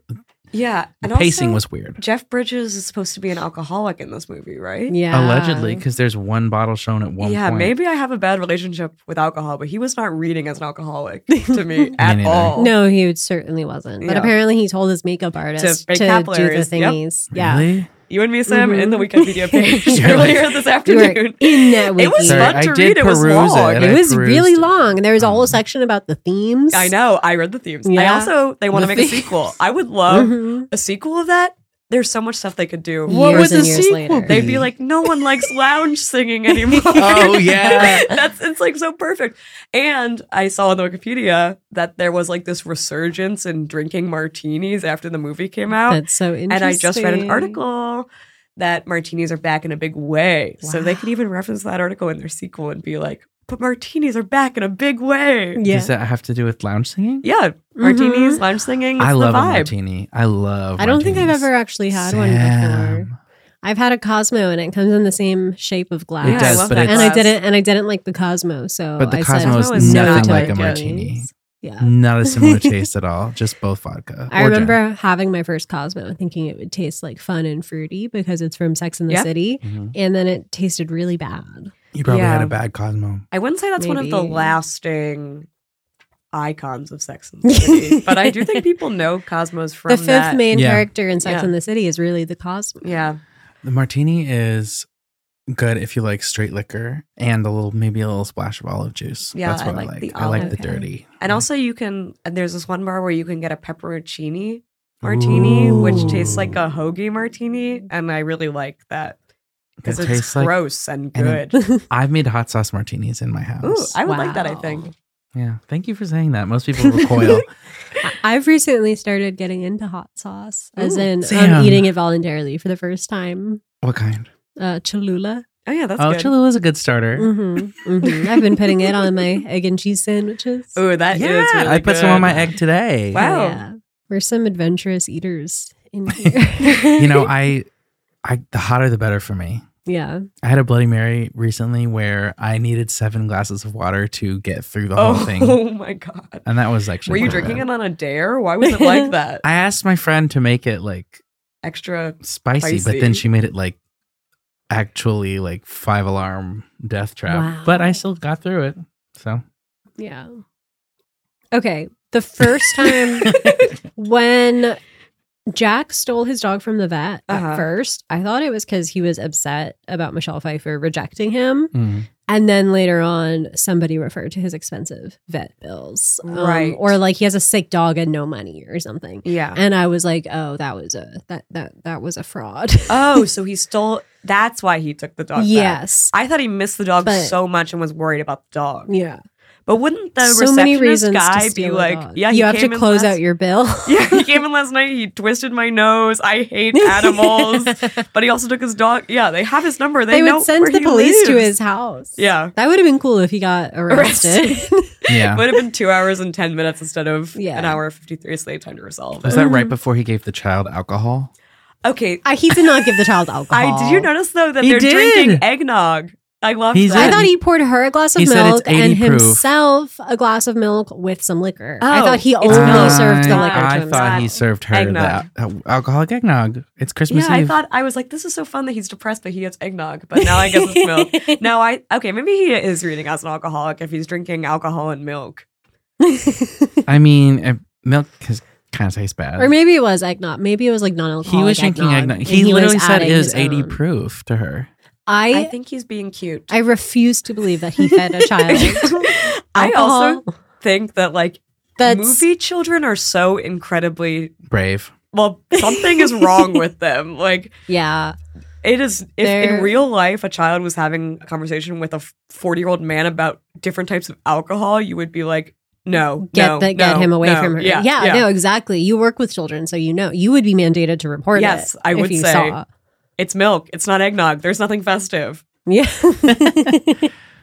Yeah,
the pacing was weird
Jeff Bridges is supposed to be an alcoholic in this movie, right?
yeah,
allegedly because there's one bottle shown at one
yeah,
point
maybe I have a bad relationship with alcohol, but he was not reading as an alcoholic to <laughs> me at
neither.
all.
No, he would- certainly wasn't. But
Yeah.
apparently, he told his makeup artist to,
fake
do the
capillaries, yep.
thingies. Yeah,
really
You and me, Sam, in the
<laughs>
Wikipedia page
Mm-hmm. You're like-
earlier this
You were
afternoon.
in that wiki.
It was
Sorry,
fun
I
to
did
read. It was
peruse
long.
it.
it
I
was
perused
really
it.
long, and there was a whole
Um,
section about the themes.
I know. I read the themes. I
Yeah.
also they want to
The
make a
themes. Mm-hmm.
sequel. I would love
Mhm.
a sequel of that. There's so much stuff they could do.
What
Years
would
and
the
years
sequel
later.
be?
They'd be like, no one
<laughs>
likes lounge singing anymore.
Oh, yeah.
<laughs> That's it's like so perfect. And I saw on the Wikipedia that there was like this resurgence in drinking martinis after the movie came out.
That's so interesting.
and I just read an article that martinis are back in a big way. So they could even reference that article in their sequel and be like, but martinis are back in a big way.
Yeah. Mm-hmm.
Does that have to do with lounge singing?
Yeah, martinis, lounge singing. It's
I love
the
a
vibe.
martini. I love.
I don't think I've
martinis.
ever actually had one
Sam.
before. I've had a Cosmo and it comes in the same shape of glass.
It does,
I love
but
that
it's-
and I
glass.
didn't and I didn't like the Cosmo, so
But the
I
Cosmo
said,
is Cosmo is nothing
to
like
it.
a
martini.
Yeah.
Not a
<laughs>
similar taste at all. Just both vodka.
I
or gin.
remember having my first Cosmo and thinking it would taste like fun and fruity because it's from Sex in the
Yeah.
City.
Mhm.
And then it tasted really bad.
You probably had
Yeah.
a bad Cosmo.
I wouldn't say that's one of the
Maybe.
lasting icons of Sex
<laughs>
and the City, but I do think people know Cosmos from
the fifth
that.
main
Yeah.
character in Sex
Yeah.
in the City is really the Cosmo.
yeah,
The martini is good if you like straight liquor and a little, maybe a little splash of olive juice.
Yeah,
That's
I
what I
like
like.
the
I like the
olive. Okay.
dirty.
and also you can. And there's this one bar where you can get a pepperoncini martini, which tastes like a hoagie martini, and I really like that because
It
uh, it's
tastes like-
gross and
and it-
good. <laughs>
I've made hot sauce martinis in my
Ooh,
house.
I would like that. I
Wow.
think.
yeah. Thank you for saying that. Most people recoil.
I- <laughs> I've recently started getting into hot sauce, as
Ooh.
in
Sam.
I'm eating it voluntarily for the first time.
<laughs> what kind?
Uh, Cholula.
Oh yeah, that's
oh,
good. Mm,
Cholula's a good starter.
Mm-hmm. hmm I've been putting it on my <laughs> egg and cheese sandwiches.
Ooh, that is
Yeah,
really
I put some
good.
on my egg today.
Wow.
Hell yeah. We're some adventurous eaters
<laughs>
in here.
You
<laughs>
know, I, I the hotter the better for me.
yeah.
I had a Bloody Mary recently where I needed seven glasses of water to get through the
Oh, <laughs>
whole thing,
my god.
and that was actually.
Were you
quite
drinking
bad.
it on a dare? Why was
<laughs>
it like that?
I asked my friend to make it like
Extra.
spicy, but then
Spicy.
she made it like actually like five alarm death trap.
Wow.
But I still got through it. So
Yeah. Okay. The first
<laughs>
time when Jack stole his dog from the vet
Uh-huh.
at first, I thought it was because he was upset about Michelle Pfeiffer rejecting him.
Mm.
And then later on, somebody referred to his expensive vet bills. um,
Right.
Or like he has a sick dog and no money or something.
Yeah. <laughs>
And I was like, oh, that was a that that that was a fraud.
Oh, so he stole. That's why he took the dog. back.
<laughs> yes.
I thought he missed the dog
But-
so much and was worried about the dog.
Yeah.
But wouldn't the
so
receptionist
many reasons
guy
to
be
steal a
like,
dog.
"Yeah, he
you have to
came in
close
<laughs> last-
out your bill.
yeah,
<laughs>
he came in last night. He twisted my nose. I hate animals. but he also took his dog. Yeah, they have his number. They,
they
know
would send
where
the
he
police to
lives.
his house.
Yeah.
That would have been cool if he got arrested.
<laughs>
yeah.
Would have been two hours and ten minutes instead of
Yeah.
an hour and fifty three. So they had time to resolve
was
it.
that
<laughs>
right before he gave the child alcohol?
Okay,
<laughs> I, he did not give the child alcohol.
<laughs> I did you notice though that
He
they're
did.
drinking eggnog? I love
He's
I
that.
in.
thought he poured her a glass of
He said it's
milk and
80 proof.
himself a glass of milk with some liquor. I
Oh,
thought he
it's
only
milk.
served the
I-
liquor to
Ah, I
himself.
thought he served her
Eggnog.
the al- alcoholic eggnog. It's Christmas
yeah, I
Eve.
thought I was like, this is so fun that he's depressed, but he gets eggnog. But now I guess it's <laughs> milk. No, I okay, maybe he is reading as an alcoholic if he's drinking alcohol and milk.
<laughs>
I mean, uh, milk kind of tastes bad.
or maybe it was eggnog. Maybe it was like non-alcoholic.
he was drinking eggnog.
and
He,
was
literally said
adding
it was
his
80
own.
proof to her.
I
I
think he's being cute.
I refuse to believe that he fed
<laughs>
a child.
I also
alcohol.
think that like
That's
movie children are so incredibly
Brave.
well, something is wrong with them. Like
yeah.
it is if in
They're-
real life a child was having a conversation with a 40-year-old man about different types of alcohol, you would be like, no,
Get
no,
that, get
no,
him away
no,
from her.
Yeah,
no, exactly. You work with children, so you know you would be mandated to report
Yes,
it.
I would
if you
say.
Saw.
It's milk. It's not eggnog. There's nothing festive.
Yeah. <laughs>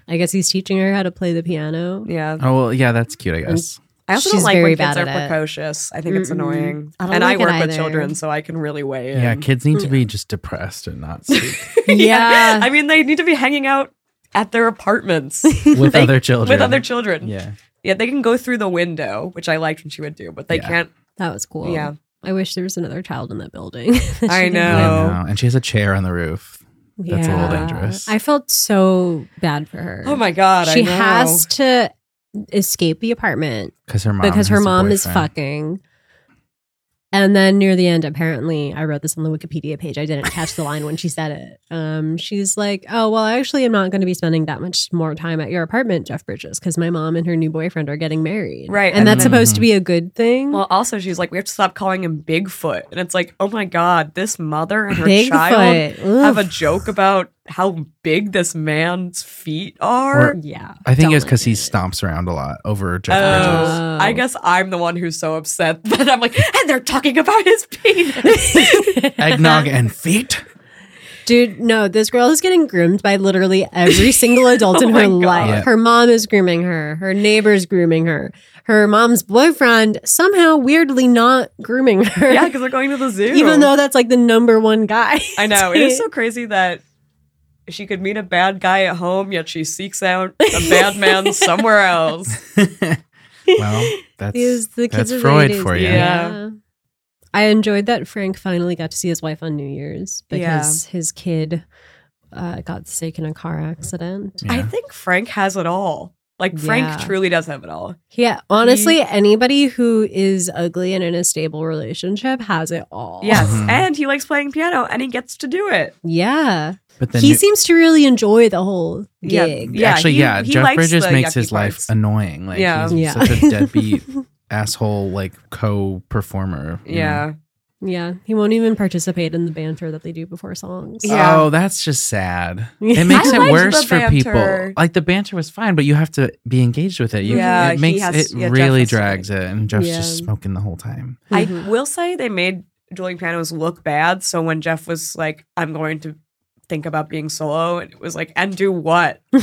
I guess he's teaching her how to play the
<laughs>
piano.
Yeah.
Oh, well, yeah, that's cute, I guess.
I also
She's
don't like when
very
kids
bad
are
at it.
precocious. I think it's
Mm-mm.
annoying.
I don't
and I
like it
work with
either.
children, so I can really weigh in. <laughs>
Yeah, kids need to be just depressed and not speak
<laughs> Yeah.
I mean, they need to be hanging out at
<laughs>
their apartments
with
They-
other children.
with <laughs> other children.
Yeah.
Yeah, they can go through the window, which I liked when she would do, but they
Yeah.
can't.
That was cool.
Yeah.
I wish there was another child in that building. <laughs> that
I
she didn't
I
know.
have.
Oh.
know. And she has a chair on the roof. That's a little
Yeah.
dangerous.
I felt so bad for her.
Oh my God.
She
I know.
has to escape the apartment
Because her mom
because her
has a
mom is
boyfriend.
fucking. And then near the end, apparently, I wrote this on the Wikipedia page. I didn't catch the line when she said it. Um, she's like, "Oh well, I actually am not going to be spending that much more time at your apartment, Jeff Bridges, because my mom and her new boyfriend are getting married,
Right,
And,
and
that's
then-
supposed to be a good thing.
Well, also she's like, we have to stop calling him Bigfoot, and it's like, oh my god, this mother and her child
Bigfoot,
have a
Oof.
joke about how big this man's feet are.
Or-
yeah.
I think it's
don't
because
like
he
it.
stomps around a lot over Jeff Bridges.
<laughs> Oh, I guess I'm the one who's so upset <laughs> that I'm like, and they're talking about his
<laughs>
penis.
Eggnog and feet. <laughs>
Dude, no, this girl is getting groomed by literally every single adult in
<laughs> Oh
her
my God.
life.
Yeah.
Her mom is grooming her, her neighbor's grooming her, her mom's boyfriend somehow weirdly not grooming her. <laughs>
yeah, because they're going to the zoo.
even though that's like the number one guy.
I know
<laughs>
it is so crazy that she could meet a bad guy at home, yet she
<laughs>
seeks out a bad man somewhere else.
well, that's
These- the kids
that's
of the
Freud
80s,
for you.
Yeah.
I enjoyed that Frank finally got to see his wife on New Year's because his kid uh, got sick in a car accident.
Yeah.
I think Frank has it all. Like Frank
Yeah.
truly does have it all.
Yeah, honestly, anybody who is ugly and in a stable relationship has it all.
Yes,
<laughs> Mhm.
and he likes playing piano, and he gets to do it.
Yeah.
But then
he
you-
seems to really enjoy the whole
Yeah.
gig.
Yeah,
actually,
he-
yeah,
he
Jeff
likes
Bridges
the
makes
yucky
his life
parts.
annoying. Like
Yeah.
he's
Yeah.
such
<laughs>
a deadbeat asshole, like co-performer. you know?
Yeah.
Yeah. He won't even participate in the banter that they do before songs.
Yeah.
Oh, that's just sad.
Yeah.
It makes
I
it
liked
worse
the
for people.
banter.
Like the banter was fine, but you have to be engaged with it. You,
Yeah,
it
he
makes
has-
it
yeah, Jeff
really
has to be.
drags it, and Jeff's just
Yeah.
smoking the whole time.
Mhm.
I will say they made Julian Pianos look bad. So when Jeff was like, I'm going to think about being solo, and it was like, and do what?
<laughs>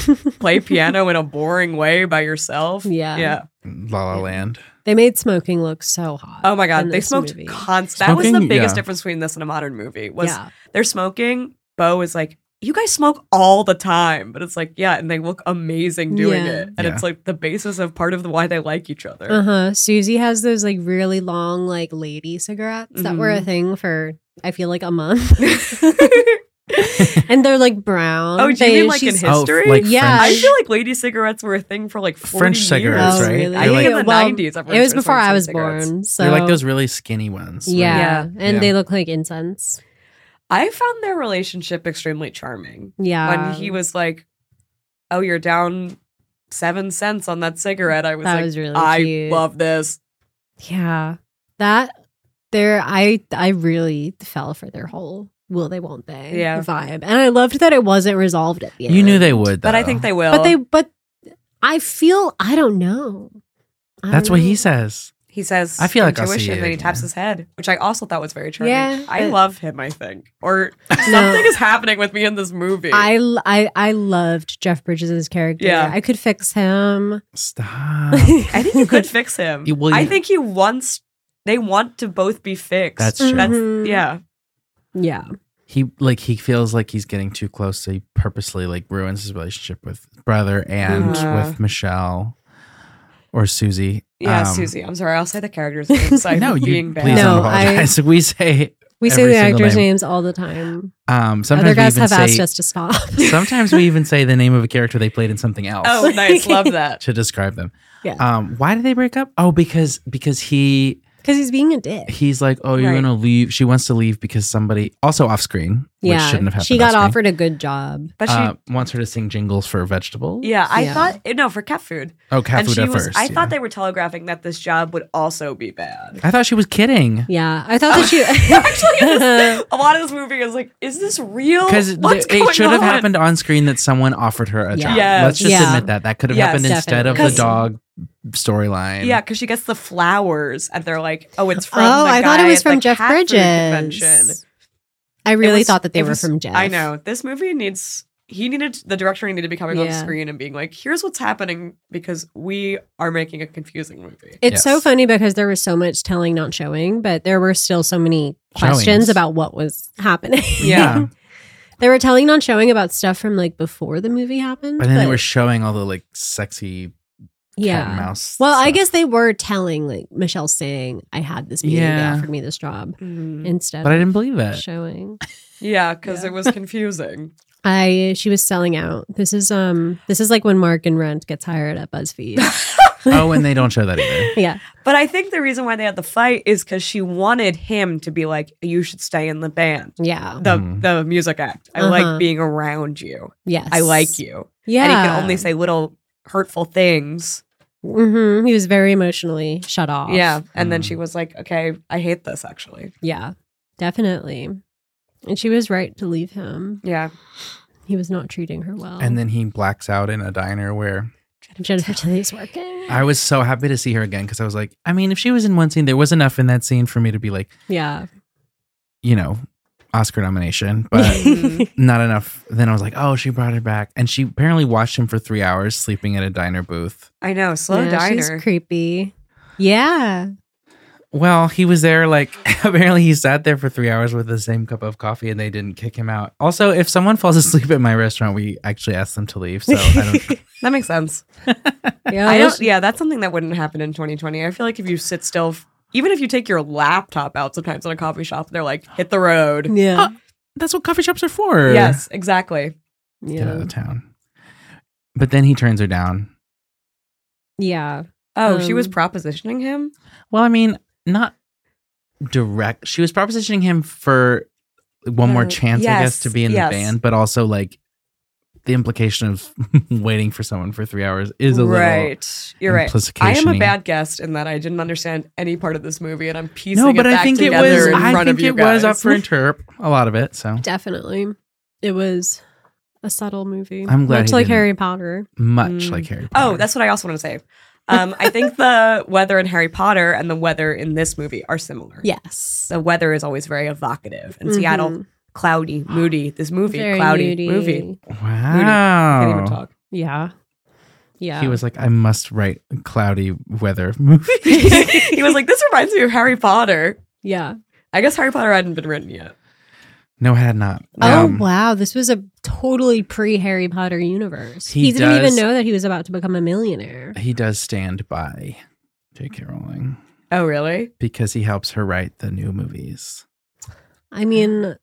Play piano in a boring way by yourself?
Yeah.
Yeah.
La La
Yeah.
Land.
<laughs> They made smoking look so hot.
Oh my God.
in
They
this
smoked
movie.
constant. That was the
Smoking?
biggest
Yeah.
difference between this and a modern movie was
yeah.
they're smoking. Bo is like, you guys smoke all the time. But it's like, yeah. And they look amazing doing
Yeah.
it. And
Yeah.
it's like the basis of part of the why they like each other.
Uh huh. Susie has those like really long like lady cigarettes that were a
Mhm.
thing for I feel like a
<laughs>
month, <laughs> and they're like brown.
Oh, do you
They-
mean like in
she's-
Oh, f-
history?
like
Yeah.
I
French.
feel like lady cigarettes were a thing for like 40
French
years.
cigarettes,
Oh,
right?
really?
They're
I
like,
think in the
Well,
90s.
it was before I was born, so
they're like those really skinny ones. right?
Yeah.
Yeah.
and
Yeah.
they look like incense.
I found their relationship extremely charming.
Yeah,
when he was like, "Oh, you're down 7 cents on that cigarette." I was
that
like,
was really
"I
cute.
love this."
Yeah, that there, I I really fell for their whole will they won't they
Yeah.
vibe, and I loved that it wasn't resolved at the end.
You knew they would, though.
But I think they will.
but they, but I feel I don't know. I
That's
don't
what
know.
Mm.
he says.
he says
I feel like I'll see
intuition
you
and he taps
again.
his head, which I also thought was very charming.
Yeah,
I
but-
love him, I think. Or
<laughs> No.
something is happening with me in this movie.
I, l- I I loved Jeff Bridges' character.
Yeah.
I could fix him.
<laughs>
Stop.
<laughs>
I think
<laughs>
you could fix him.
You- well,
I
you-
think he wants. They want to both be fixed.
That's true.
Mhm.
yeah.
yeah.
he like he feels like he's getting too close, so he purposely like ruins his relationship with his brother and
Yeah.
with Michelle or Susie.
Yeah,
Um,
Susie. I'm sorry. I'll say the character's
<laughs>
name. So I'm
no, you
being bad.
please
No,
don't apologize. <laughs> we say
We say
Every
the
single
actors'
name.
names all the time.
um sometimes
Other guys
we even
have
say,
asked us to stop. <laughs>
sometimes we even say the name of a character they played in something else.
Oh, nice. Love
<laughs>
that.
To describe them,
Yeah.
Um, why did they break up? Oh, because because he
Because he's being a dick.
he's like, oh, you're
Right.
gonna leave. She wants to leave because somebody also off screen, which
Yeah.
shouldn't have happened.
she got
off-screen,
offered a good job.
But she.
uh, wants her to sing jingles for vegetables.
yeah, I
Yeah.
thought no for cat food.
Oh, cat
and
food
she
at
was.
first.
I
yeah.
thought they were telegraphing that this job would also be
<laughs>
bad. <laughs>
I thought she was kidding.
Yeah. I thought that
<laughs>
she
Actually,
<laughs>
in this, a lot of this movie is like, is this real?
Because
What's going
it should have
on?
happened on screen that someone offered her a
Yeah.
job.
Yes.
Let's just
Yeah.
admit that. That could have
Yes,
happened instead of the
definitely.
dog storyline. <clears throat>
Yeah, because she gets the flowers, and they're like, "Oh, it's from."
Oh,
the
I thought it
guy
was
at the
from Jeff
cat food
Bridges.
Convention.
I really
It was-
thought that they
it
were
was-
from Jeff.
I know this movie needs. He needed the director needed to be coming on
Yeah.
screen and being like, "Here's what's happening," because we are making a
<laughs>
confusing movie.
It's
Yes.
so funny because there was so much telling, not showing, but there were still so many questions
Showings.
about what was happening. <laughs>
Yeah.
they were telling, not showing about stuff from like before the movie happened.
But then they were showing all the like sexy cat and mouse.
Well, I
stuff.
guess they were telling like Michelle saying, "I had this meeting.
Yeah.
They offered me this job instead
But I
of
didn't believe
<laughs>
it.
showing."
Yeah,
Mm-hmm.
because
Yeah. <laughs>
it was confusing. <laughs>
I she was selling out. This is um this is like when Mark and Rent gets hired at BuzzFeed.
Oh, and they don't show that either.
Yeah.
But I think the reason why they had the fight is because she wanted him to be like, you should stay in the band,
Yeah.
the
Mhm.
the music act. I
Uh-huh.
like being around you.
Yes.
I like you.
Yeah.
And he can only say little hurtful things.
Mhm. He was very emotionally shut off.
Yeah. And then
Mm.
Mm-hmm.
she was like, okay, I hate this actually.
Yeah. Definitely. And she was right to leave him.
Yeah.
He was not treating her well.
And then he blacks out in a diner where
Jennifer Tilly's working.
I was so happy to see her again because I was like, I mean, if she was in one scene, there was enough in that scene for me to be like,
<laughs>
yeah.
you know, Oscar nomination,
<laughs>
but
Mm-hmm.
Mm.
not enough. Then I was like, oh, she brought her back. And she apparently watched him for three hours sleeping at a diner booth.
I know. Slow
Yeah, she's
diner.
creepy. Yeah.
Well, he was there like <laughs> apparently he sat there for three hours with the same cup of coffee and they didn't kick him out. Also, if someone falls asleep at my restaurant, we actually ask them to leave. So I don't
that makes sense.
Yeah.
<laughs> I don't, yeah, that's something that wouldn't happen in 2020. I feel like if you sit still, f- even if you take your laptop out sometimes in a coffee shop, they're like, hit the road.
yeah.
<laughs>
Oh, that's what coffee shops are for.
Yes, exactly.
Get out
yeah.
of town. But then he turns her down.
Yeah.
Oh, she was
Um,
propositioning him?
Well, I mean, not direct. She was propositioning him for one more
Uh,
chance, I guess,
yes,
to be in
yes.
the band, but also like the implication of <laughs> waiting for someone for three hours is a little.
right. You're right. I am a
implication-y.
bad guest in that I didn't understand any part of this movie, and I'm piecing
No, but
it back
I think it
together
was.
in front
I
of
think
you
it was up
guys.
for interp. A lot of it. So
Definitely. It was a subtle movie.
I'm glad
Much
he
like
didn't.
Harry Potter.
much
Mm.
like Harry. Potter.
Oh, that's what I also want to
<laughs>
say. Um, I think the weather in Harry Potter and the weather in this movie are similar.
Yes.
The weather is always very evocative. In
Mm-hmm.
Seattle,
Mhm.
cloudy,
<gasps>
moody. This movie,
Very
cloudy
moody.
movie.
wow.
Can't even talk. <laughs>
Yeah. Yeah. <laughs>
He was like, I must write cloudy weather movie. <laughs>
he was like, "This reminds me of Harry Potter."
Yeah.
I guess Harry Potter hadn't been written yet.
no, I had not.
Oh
Um,
wow, this was a totally pre Harry Potter universe. He,
He
didn't even
does-
know that he was about to become a millionaire.
He does stand by J.K. Rowling.
Oh, really?
because he helps her write the new movies.
I mean,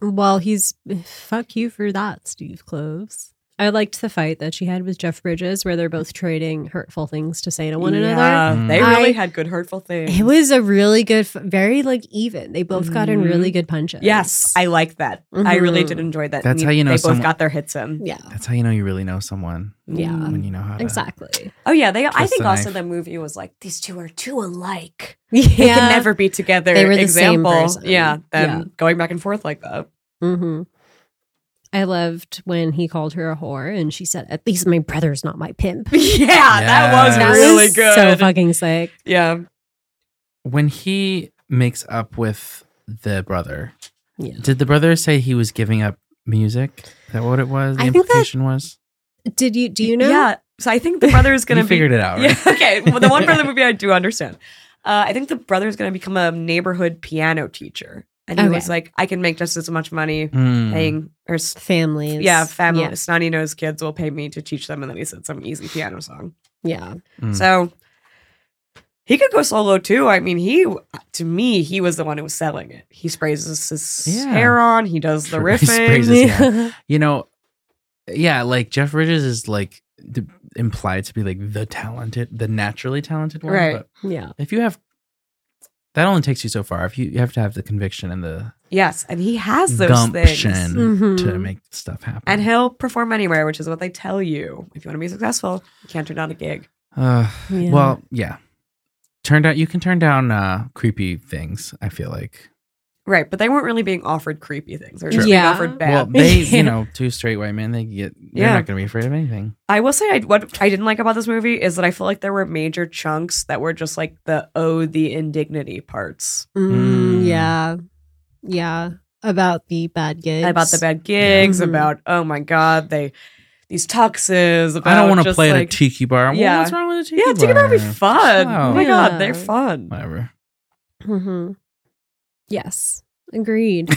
well, he's fuck you for that, Steve Cloves. I liked the fight that she had with Jeff Bridges, where they're both trading hurtful things to say to one another.
Yeah,
Mm.
They really
I-
had good hurtful things.
It was a really good, f- very like even. They both got in really good punches.
Mm-hmm. yes, I like that. I really
Mm-hmm.
did enjoy that.
That's
And
how you know
they
someone-
both got their hits in.
yeah,
That's how you know you really know someone
Yeah.
Mm.
when you know how to.
exactly.
Oh yeah, they. I
Twist
think
the
also
knife.
the movie was like these two are too alike.
Yeah,
They can never be together.
They were the same
Example.
person.
Yeah, them
Yeah.
going back and forth
<laughs>
like that.
Mm-hmm. I loved when he called her a whore, and she said, "At least my brother's not my pimp."
yeah, that
Yes.
was
That
really
was
good.
So fucking sick.
yeah,
When he makes up with the brother,
Yeah.
did the brother say he was giving up music? Is that what it was? The
I think that-
implication was
Did you? Do you know?
yeah. So I think the brother is gonna
you
be.
figured it out. Right?
<laughs> yeah, okay. Well, the one part
<laughs>
of the movie I do understand. Uh, I think the brother is gonna become a neighborhood piano teacher, and he
Okay.
was like, "I can make just as much money
Mm.
paying or." s-
Families.
Yeah, family
Yeah.
snotty nosed kids will pay me to teach them, and then he said some easy piano song.
<laughs>
yeah.
Mm.
So he could go solo too. I mean, he to me, he was the one who was selling it. He sprays his, his
Yeah.
hair on. He does the
Sure, he sprays
riffing.
his- you know, yeah, like Jeff Bridges is like the, implied to be like the talented, the naturally talented one.
Right.
But
yeah.
if you have, that only takes you so far. If you, you have to have the conviction and the
Yes, and he has those
gumption
things,
to
Mhm.
make stuff happen.
Mm-hmm. and he'll perform anywhere, which is what they tell you. If you want to be successful, you can't turn down a gig.
Ugh.
Yeah.
Well, yeah. Turned out you can turn down uh, creepy things. I feel like.
Right, but they weren't really being offered creepy things. They were just
Yeah.
being offered
Well,
bad.
they,
Yeah.
<laughs>
you know, two straight white men. They get. They're
Yeah.
not going to be afraid of anything.
I will say I, what I didn't like about this movie is that I feel like there were major chunks that were just like the oh the indignity parts
Mm,
Mm.
yeah. Yeah. About the bad gigs.
about the bad gigs,
Mhm.
about oh my god, they these tuxes. About
I don't want to
just,
play at a
like,
tiki bar. Well,
Yeah.
what's wrong with a tiki
Yeah,
bar?
Tiki Bar would be fun. Oh my
Yeah.
god, they're fun.
Whatever.
Mhm. Mm-hmm. Yes.
<laughs>
Agreed.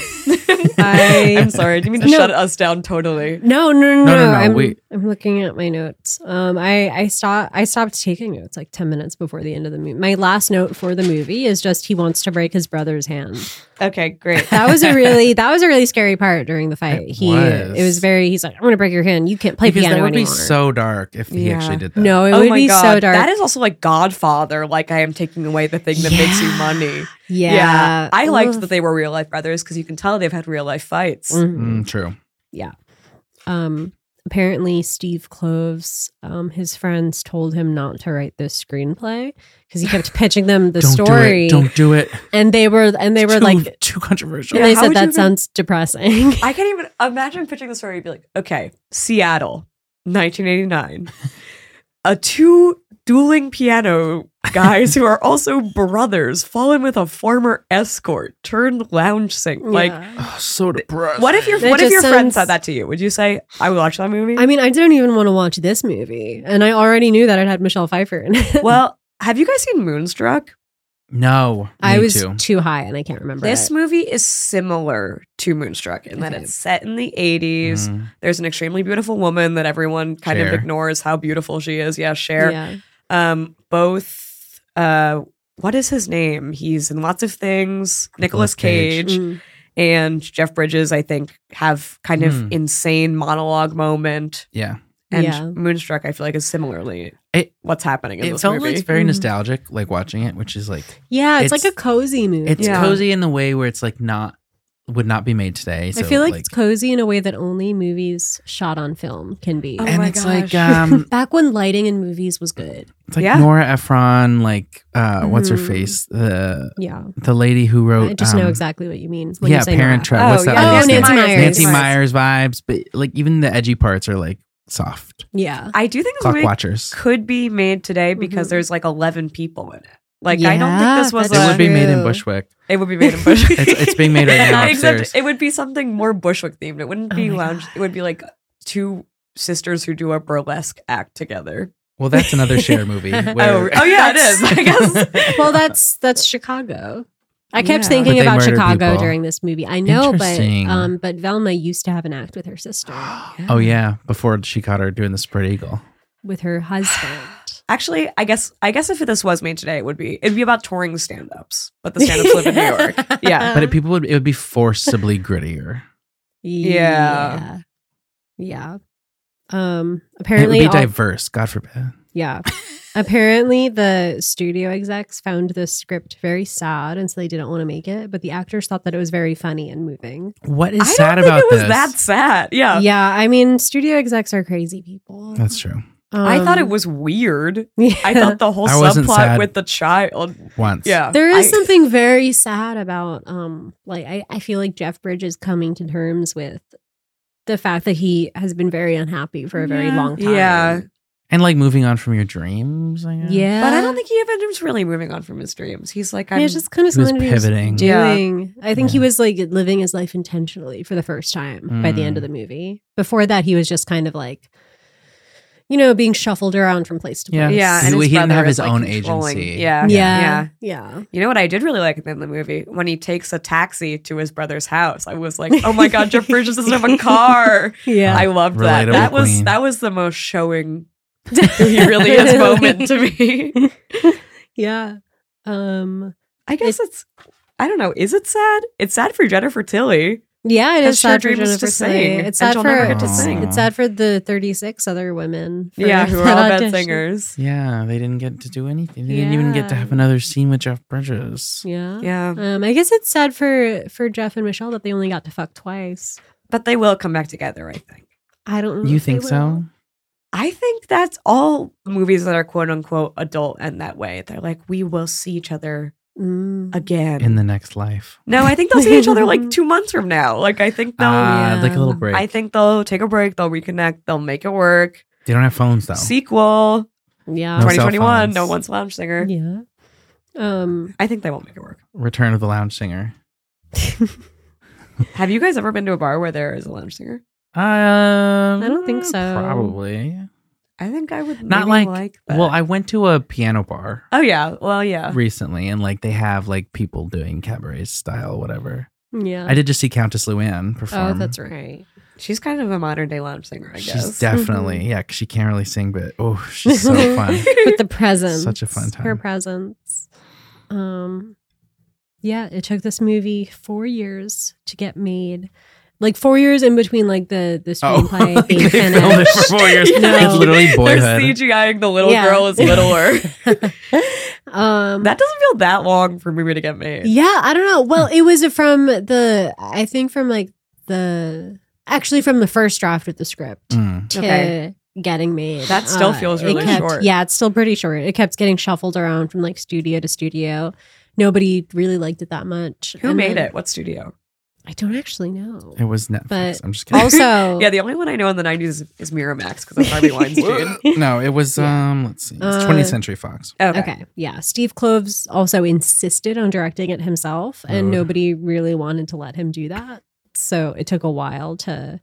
I-
I'm sorry. You mean to
<laughs> No.
shut us down totally?
No, no, no, no.
No, no, no,
I'm,
we-
I'm looking at my notes. Um, I I stop I stopped taking notes like ten minutes before the end of the movie. My last note for the movie is just he wants to break his brother's hand.
Okay, great.
That was a
<laughs>
really that was a really scary part during the fight.
It
he
was.
it was very he's like I'm gonna break your hand. You can't play
because
piano
that would be
anymore.
so dark if he
Yeah.
actually did that.
no, it would be so dark.
Oh That is also like Godfather. Like I am taking away the thing that makes you
Yeah.
money.
yeah.
I liked
Ugh.
that they were real life brothers because you can tell they've had real life fights.
Mhm.
Mm, true.
um apparently steve cloves um his friends told him not to write this screenplay because he
<laughs>
kept pitching them the
Don't
story
do it. Don't do
<laughs>
it.
and they were and they
It's
were
too,
like
too controversial.
and
Yeah,
they
how
said
would
that
you even-
sounds depressing <laughs>
I can't even imagine pitching the story. You'd be like, okay, Seattle,
<laughs>
1989. A two dueling piano guys who are also brothers fall in with a former escort turned lounge sink. Like,
Yeah.
Oh, so depressed.
what if your
That
what if
just
your friend
sounds-
said that to you? Would you say, I would watch that
<laughs>
movie?
i mean i don't even want to watch this movie and i already knew that it had michelle pfeiffer in it
well, have you guys seen Moonstruck?
No,
i
me
was
too.
too high and i can't remember
This
it.
movie is similar to Moonstruck in that
Okay.
it's set in the 80s.
Mm.
There's an extremely beautiful woman that everyone kind of
Cher.
ignores how beautiful she is. Yeah, Cher.
yeah
Um, both. Uh, what is his name? He's in lots of things.
Nicolas
Nicolas
Cage.
Cage
Mm.
and Jeff Bridges, I think, have kind of
Hmm.
insane monologue moment.
Yeah,
And
Yeah.
Moonstruck, I feel like, is similarly
It-
what's happening in
it
this
felt
movie. Mm-hmm.
like it's very
Mhm.
nostalgic, like watching it, which is like
yeah it's,
It's-
like a cozy movie
it's
Yeah.
cozy in the way where it's like not would not be made today. So
I feel like,
like
it's cozy in a way that only movies shot on film can be.
Oh
and
my
it's like
gosh. <laughs>
um,
Back when lighting in movies was good.
it's like
Yeah. Mm-hmm.
Nora Ephron, like uh, what's her
Mhm.
face, the
Yeah.
the lady who wrote.
I just know
um,
exactly what you mean. When
yeah,
you say
Parent
Nora.
Trap. What's
oh,
that
yeah.
lady's
Oh,
name?
Nancy Myers. Nancy
Nancy Myers vibes, but like even the edgy parts are like soft.
Yeah.
I do think this
Clock
movie
watchers.
could be made today because
Mhm.
there's like 11 people in it. Like, I don't think
Yeah,
this was
It
that's
a.
would be made in
true.
Bushwick.
It would be made in
<laughs>
Bushwick.
It's- it's being made right now upstairs.
<laughs> Except it would be something more Bushwick themed. It wouldn't
Oh
be
my
lounge.
God.
It would be like two sisters who do a burlesque act together.
Well, that's another share movie.
<laughs> Oh,
Where
oh yeah,
<laughs>
it is. I guess.
Well, that's that's Chicago. I kept
Yeah.
thinking
But they
about
murder
Chicago
people.
during this movie. I know, but
Interesting.
um, but Velma used to have an act with her sister,
<gasps> Oh yeah, before she caught her doing the spread eagle.
with her husband.
Actually, I guess I guess if this was made today, it would be it'd be about touring stand-ups, but the stand-ups
<laughs>
live in New York. Yeah.
But it, people would it would be forcibly grittier.
yeah, yeah. Um,
And It would
apparently,
be
all-
diverse. God forbid.
<laughs> Yeah. Apparently, the studio execs found the script very sad, and so they didn't want to make it. But the actors thought that it was very funny and moving.
What is
I don't
sad
think
about
it was
this?
that sad. Yeah.
yeah, I mean, studio execs are crazy people.
That's true.
I thought it
Um,
was weird.
<laughs> yeah.
I
<laughs>
thought the whole
I wasn't
subplot
sad.
with the child.
Once.
Yeah.
there is
I-
something very sad about, um, like I, I feel like Jeff Bridges coming to terms with the fact that he has been very unhappy for a very
Yeah.
long time.
Yeah.
And like moving on from your dreams. I guess.
yeah.
But I don't think he even was really moving on from his dreams. He's like,
Yeah,
I'm
it's just kind of
He was
something he was
pivoting.
Yeah.
doing. I think he
Yeah.
was like living his life intentionally for the first time by the
Mm.
end of the movie. Before that, he was just kind of like, you know, being shuffled around from place to
Yeah.
place.
Yeah,
He-
and his
he didn't
brother
have
is,
his
like,
own
controlling-
agency.
Yeah,
yeah,
yeah.
yeah, yeah.
You know what I did really like in the movie when he takes a taxi to his brother's house. I was like, oh my god, Jeff Bridges doesn't have a car. I loved that.
Relatable
That was
queen.
that was the most showing who he really
<laughs>
is moment to me.
yeah. Um.
I guess it's. I don't know. Is it sad? It's sad for Jennifer Tilly.
Yeah, it
Because
is
her
sad for
dream was to
Jennifer
sing,
Tilly.
and
It's sad
she'll
for
never
get to sing.
It's sad for the thirty-six other women. for <laughs>
Yeah, who are
that
all bad
audition.
singers.
Yeah, they didn't get to do anything. They didn't even get to
Yeah.
have another scene with Jeff Bridges.
Yeah.
Yeah,
Um, I guess it's sad for for Jeff and Michelle that they only got to fuck twice.
but they will come back together. I think.
I don't. know
You
if they
think
will.
so?
I think that's all movies that are quote unquote adult end that way. They're like, we will see each other
Mm.
again.
In the next life.
no, I think they'll see each other like two months from now. Like I think they'll.
Ah,
Oh, yeah.
Like a little break.
I think they'll take a break. They'll reconnect. They'll make it work.
they don't have phones though.
Sequel,
Yeah.
No cell
2021.
phones.
No one's lounge singer.
Yeah. Um. <laughs>
I think they won't make it work.
Return of the Lounge Singer.
Have you guys ever been to a bar where there is a lounge singer?
Um,
I don't think so.
uh, Probably.
I think I would
Not
maybe
like,
that.
Well, I went to a piano bar
Uh.
oh yeah, well yeah.
recently and like they have like people doing cabaret style whatever.
Yeah.
I did just see Countess Luann
Uh. oh,
perform.
that's right.
She's kind of a modern day lounge singer, I guess.
She's definitely
Mm-hmm.
yeah. 'cause she can't really sing, but oh,
<laughs>
she's so fun.
With the presence.
Such a fun
Her
time.
presence. Um yeah, it took this movie four years to get made. Like four years in between like the the
Oh, <laughs>
screenplay
like
being
they filmed it
finished.
for four
<laughs>
years.
No.
It's literally
They're
boyhood.
CGIing the little
Yeah.
girl is
<laughs>
littler.
um
that doesn't feel that long for a movie to get made.
Yeah, I don't know.
<laughs>
Well, it was from the I think from like the actually from the first draft of the script
Mm.
to
Okay.
getting made. Uh,
That still feels
it
really
kept-
short.
Yeah, it's still pretty short. It kept getting shuffled around from like studio to studio. Nobody really liked it that much.
Who
And
made
then-
it? What studio?
I don't actually know.
<laughs> It was Netflix.
But
I'm just kidding. <laughs>
Also,
<laughs> Yeah, the only one I know in the 90s is, is Miramax because of Harvey Weinstein.
no, it was um. Let's see, it's
Uh,
20th Century Fox.
Okay.
Okay. Yeah. Steve Kloves also insisted on directing it himself, and
Rude.
nobody really wanted to let him do that. So it took a while to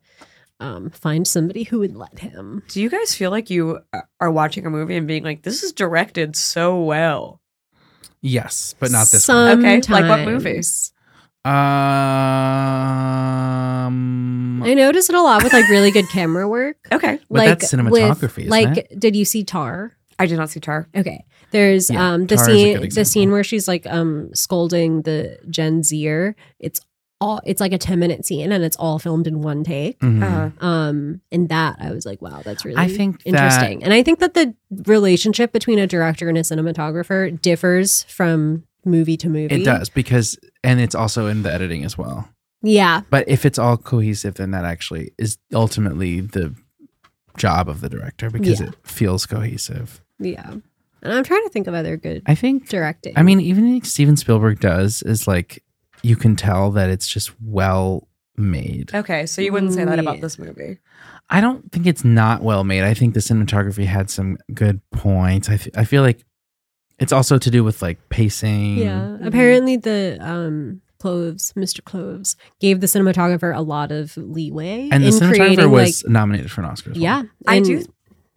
um, find somebody who would let him.
Do you guys feel like you uh, are watching a movie and being like, this is directed so well?
Yes, but not this one.
Sometimes.
Okay, like what movies?
Um,
I notice it a lot with like really good camera work.
Okay.
But
like
that's
with-
cinematography, isn't
like, did you see Tar?
I did not see Tar.
Okay. There's
Yeah,
um the
Tar is a good
scene the
example.
scene where she's like um scolding the Gen Zer. It's all it's like a ten minute scene and it's all filmed in one take.
Mhm.
Uh,
um and that i was like wow that's really
I think
interesting and i think that the relationship between a director and a cinematographer differs from movie to movie
It does because, and it's also in the editing as well.
yeah
But if it's all cohesive, then that actually is ultimately the job of the director because
Yeah.
it feels cohesive.
yeah and i'm trying to think of other good
I think.
directing
I mean, even like Steven Spielberg does is like you can tell that it's just well made.
okay. So you wouldn't say that about
Yeah.
this movie.
I don't think it's not well made. I think the cinematography had some good points. I, f- I feel like it's also to do with like pacing.
yeah apparently the um cloves mr cloves gave the cinematographer a lot of leeway
And the
in
cinematographer
creating
was nominated for an Oscar.
like
as
yeah
well.
I
and-
do.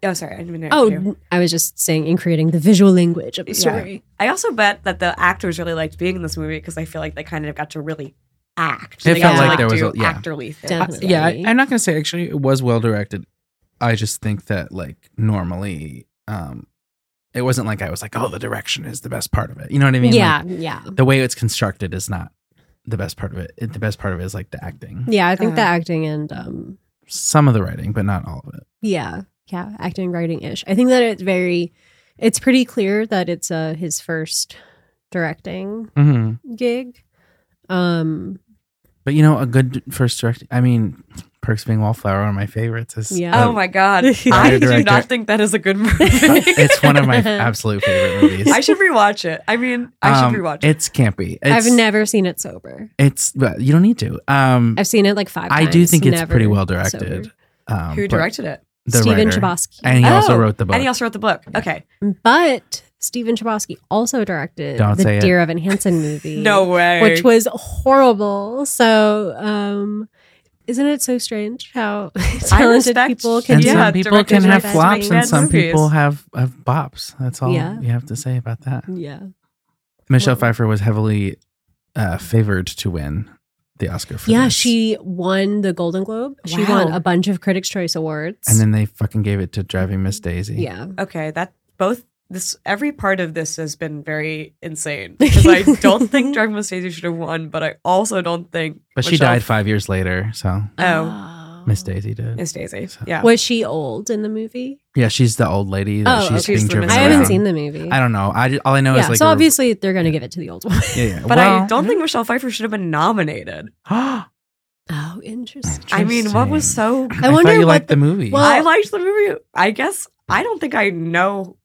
Oh, sorry. I didn't mean to
oh
interrupt you.
n- i was just saying in creating the visual language of the
Yeah.
story
I also bet that the actors really liked being in this movie because I feel like they kind of got to really act.
It
They
felt
got to,
like
there was
do
a- yeah.
actorly things.
Uh,
Definitely.
yeah, I, am not gonna say actually it was well directed. I just think that like normally, um, it wasn't like I was like, oh, the direction is the best part of it. You know what I mean? Like,
yeah yeah
the way it's constructed is not the best part of it. it the best part of it is like the acting,
yeah i think the
Uh-huh.
acting and um
some of the writing, but not all of it.
Yeah, yeah, acting, writing ish. I think that it's very, it's pretty clear that it's uh his first directing
Mm-hmm.
gig. Um,
But you know, a good first direct. I mean, Perks of Being a Wallflower, one of my favorites. Is
Yeah.
uh,
Oh my <laughs> god!
Writer,
I do
director.
not think that is
<laughs>
a good movie.
it's one of my absolute favorite movies.
I should rewatch it. I mean, I
Um,
should rewatch it.
It's campy. It's,
I've never seen it sober.
It's but you don't need to. Um,
I've seen it like five.
I do
times,
think it's
never
pretty well
sober.
directed. Um,
Who
but
directed it?
the
Stephen
writer.
Chbosky, Um,
And he also
Oh,
wrote the book.
And he also wrote the book. Okay.
but Stephen Chbosky also directed
Don't say
the
it.
Dear Evan
<laughs>
Hansen movie.
No way.
which was horrible. So, um, isn't it so strange how <laughs> talented
respect-
people can
and
do
Yeah,
some people
directors
can
are
have
bad
flops, and
movies.
some
Bad movies.
people have, have bops. That's all
Yeah.
you have to say about that.
Yeah.
Michelle
Well-
Pfeiffer was heavily uh, favored to win the Oscar for
Yeah,
this.
she won the Golden Globe. She won
Wow.
a bunch of Critics' Choice Awards.
And then they fucking gave it to Driving Miss Daisy.
yeah,
okay. That both this every part of this has been very insane because I don't think Driving Miss Daisy should have won, but I also don't think.
But she
Michelle-
died five years later, so
Oh,
Miss Daisy did.
Miss Daisy.
So-
Yeah.
Um, Was she old in the movie?
yeah, she's the old lady that
Oh,
she's
okay.
being
She's the
driven
Miss
I
around.
haven't seen the movie.
I don't know. I ju- all I know
yeah,
is like
so
a-
obviously they're gonna give it to the old
<laughs>
one.
Yeah, yeah.
But I
Well, <gasps>
don't think Michelle Pfeiffer should have been nominated.
oh, interesting.
I mean, what was
Interesting. <laughs>
so?
I,
wonder
wonder you
what
liked
the-
the movie.
Well-
I liked the movie. I guess I don't think I know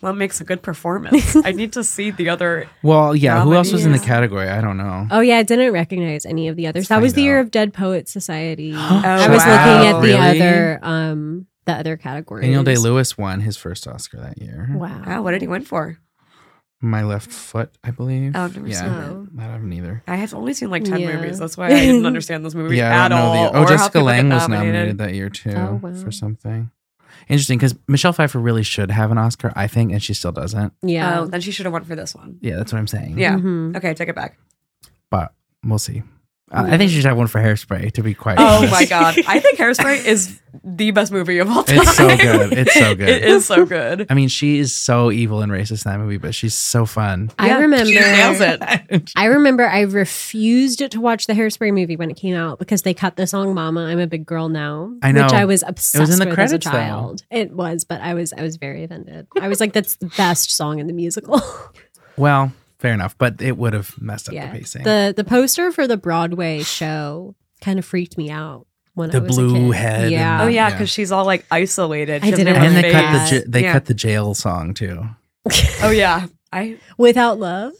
what makes a good performance. I need to see the other.
well, yeah. Who else was in the
Yeah.
category? I don't know.
Oh yeah, I didn't recognize any of the others.
Let's
that was
find
the year
out.
of Dead Poets
<gasps>
Society.
Oh,
I was
wow.
looking at the
Really?
other um the other category.
Daniel Day Lewis won his first Oscar that year.
Wow.
Wow, ah, what did he win for?
My left foot, I believe.
Oh, I've never
yeah,
seen that.
I haven't either.
I have only seen like ten
Yeah.
movies. That's why I didn't understand this movie
Yeah, I
at
don't know
all.
the. Oh,
or how
Jessica
people get
Lange was nominated that year too
Oh, wow.
for something. Interesting, because Michelle Pfeiffer really should have an Oscar, I think, and she still doesn't.
Yeah. Mm-hmm.
Oh, then she should have won for this one.
Yeah, that's what I'm saying.
Yeah.
Mhm.
Okay, take it back.
but we'll see. Uh, I think she should have one for hairspray, to be quite
Oh
honest.
my god. I think Hairspray is the best movie of all time.
It's so good. It's
<laughs>
so good.
It is so good.
<laughs> I mean, she is so evil and racist in that movie, but she's so fun.
I
Yeah, she
remember
nails it.
I remember I refused to watch the Hairspray movie when it came out because they cut the song "Mama, I'm a Big Girl Now,"
I know.
which I was obsessed
in the
with
credits,
as
though.
a child. It was, but I was I was very offended. I was like, "That's the <laughs> best song in the musical." <laughs>
Well, fair enough, but it would have messed up
yeah,
the pacing.
the the poster for the Broadway show kind of freaked me out when I
The
was
blue
a kid.
head and
Yeah,
Oh yeah,
Yeah.
because she's all like isolated.
I
She doesn't
didn't
have a
and they cut
Yeah.
the j- they
Yeah.
cut the jail song too.
face. Oh yeah. I
without love.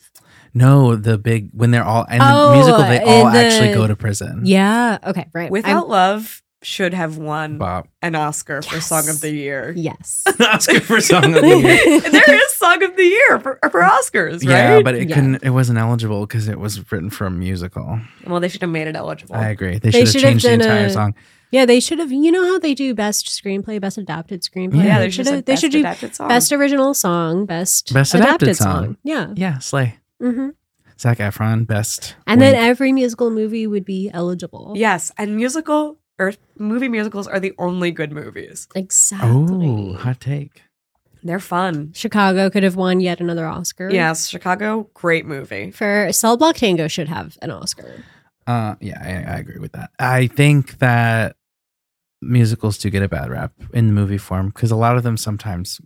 No, the big when they're all in the
Oh,
musical, they all
in the-
actually go to prison.
Yeah. Okay. Right.
Without Love should have won <laughs>
Bop.
an Oscar for
Yes.
Song of the Year. <laughs>
yes.
Oscar for song <laughs> of the
<laughs>
year.
there is Song of the Year for, for Oscars, right?
Yeah, but it
Yeah.
couldn't. It wasn't eligible because it was written for a musical.
well, they should have made it eligible.
I agree. They
They
should
should
have
have
changed the
done
entire
a-
song.
Yeah, they should have. You know how they do best screenplay, best adapted screenplay.
Yeah,
Oh, yeah,
they
they should.
have- They should do
adapted song.
best original song, best
Best adapted song.
Yeah.
Yeah, Slay.
Mm-hmm.
hmm
Zach Efron, best.
And
win.
then every musical movie would be eligible.
Yes, and musical or movie musicals are the only good movies.
Exactly.
oh, hot take.
They're fun.
Chicago could have won yet another Oscar.
Yes, Chicago, great movie.
For Cell Block Tango should have an Oscar.
Uh, yeah, I, I agree with that. I think that musicals do get a bad rap in the movie form because a lot of them sometimes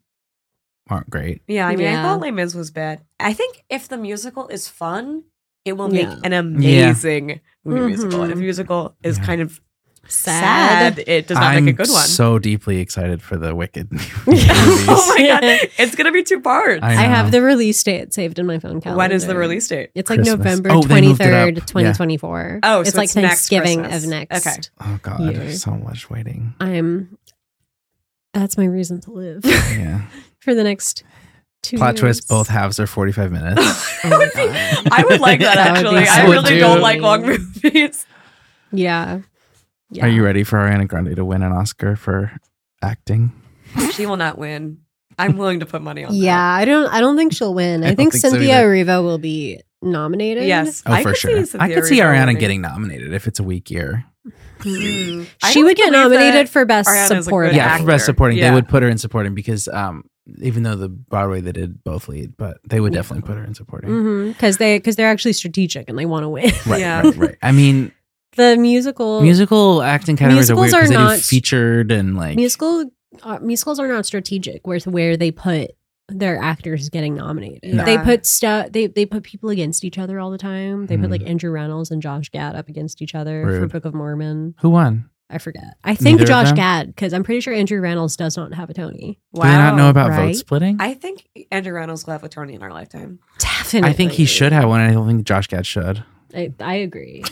aren't great.
Yeah, I mean, I
Yeah.
thought Les Mis was bad. I think if the musical is fun, it will make
Yeah.
an amazing movie musical. And if
Mhm.
a musical is
Yeah.
kind of
Sad.
Mm-hmm. sad, it does not
I'm
make a good one.
So deeply excited for
<laughs>
the Wicked <laughs>
<laughs> oh
movies.
my god, it's gonna be two parts.
I
I,
know.
have the release date saved in my phone calendar.
when is the release <laughs> date?
It's like
Christmas.
November
Oh, they
twenty
moved it
third,
up. Yeah.
twenty twenty four.
Oh, so
it's like
it's next
Thanksgiving
Christmas.
of next.
Okay.
Oh god,
Yeah.
so much waiting.
I'm. That's my reason to live <laughs>
Yeah.
for the next two.
Plot
years. Oh
twist:
<laughs>
both halves are forty-five minutes.
That would be- <laughs> I would like
<laughs>
Oh. that
That would be
actually. I
so
really don't
cute.
like long movies. <laughs>
Yeah. yeah.
Are you ready for Ariana Grande to win an Oscar for acting?
She will not win. I'm willing to put money on
Yeah, I don't. I don't think she'll win. I,
I don't
think,
think so
Cynthia
either.
Erivo will be
that.
nominated.
Yes.
Oh,
I
for
could
sure.
see
I could see
Cynthia
Ariana
winning.
getting nominated if it's a weak year.
Mm. I
she
don't
would get
believe that-
nominated for best
Ariana's a
supporting.
good
yeah, for best
actor.
supporting,
Yeah.
they would put her in supporting because um, even though the Broadway they did both lead, but they would definitely put her in supporting.
Because Mm-hmm, they because they're actually strategic and they want to win.
Right,
Mm, Yeah.
right, right. I mean,
<laughs> the musical
musical acting categories are weird
Musicals are
because they do
not-
featured and like
musical uh, musicals are not strategic with where they put their actors getting nominated.
No.
They
Yeah.
put stuff they they put people against each other all the time. They
Hmm.
put like Andrew Reynolds and Josh Gad up against each other for
Rude.
Book of Mormon.
Who won?
I forget. I think
Neither of
Josh
them?
Gad because I'm pretty sure Andrew Reynolds does not have a Tony.
Do they not know about vote
right?
splitting? I,
I think Andrew Reynolds will have a Tony in our lifetime.
Definitely.
think he should have one. and I don't think Josh Gad should.
I, I agree.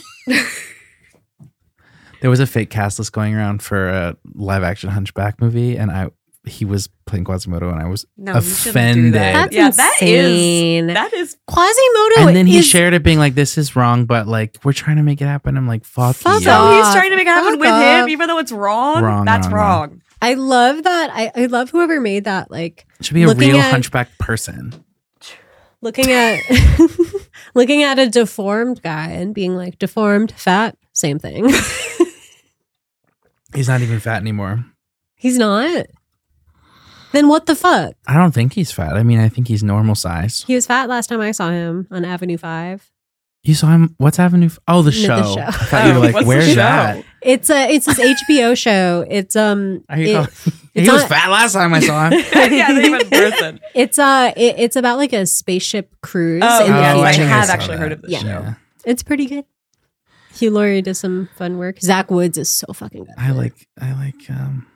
There was a fake cast list going around for a live action Hunchback movie, and I he was playing Quasimodo, and I was
No, you shouldn't do that.
Offended.
That's
yeah,
insane.
that is that is
Quasimodo
and then he
is
shared it being like, "This is wrong," but like we're trying to make it happen. I'm like, "Fuck,
Fuck
you.
so
Yeah.
he's trying to make it happen
Fuck
with
up.
him, even though it's wrong.
Wrong,
That's
wrong,
wrong.
wrong.
I love that. I, I love whoever made that. Like
Should be a
Looking
real
at-
hunchback person.
looking at <laughs> looking at a deformed guy and being like deformed, fat, same thing. <laughs>
He's not even fat anymore.
He's not. Then what the fuck?
I don't think he's fat. I mean, I think he's normal size.
He was fat last time I saw him on Avenue Five.
You saw him. What's Avenue? F- oh, the
No, the
show.
show.
I thought you
<laughs> Oh,
were like,
what's the
"Where's
show? <laughs>
that?"
It's a it's this
<laughs>
HBO show. It's um
I, <laughs>
it-
thought- he
it's
was
on-
fat last time I saw him.
yeah, they even
<laughs>
birthed it.
it's uh it, it's about like a spaceship cruise. <laughs>
Oh,
in the
yes,
Oh,
I
think
future.
have
saw
actually heard of this
Yeah.
show.
It's pretty good. Hugh Laurie does some fun work. Zach Woods is so fucking good.
I like. I like. Um.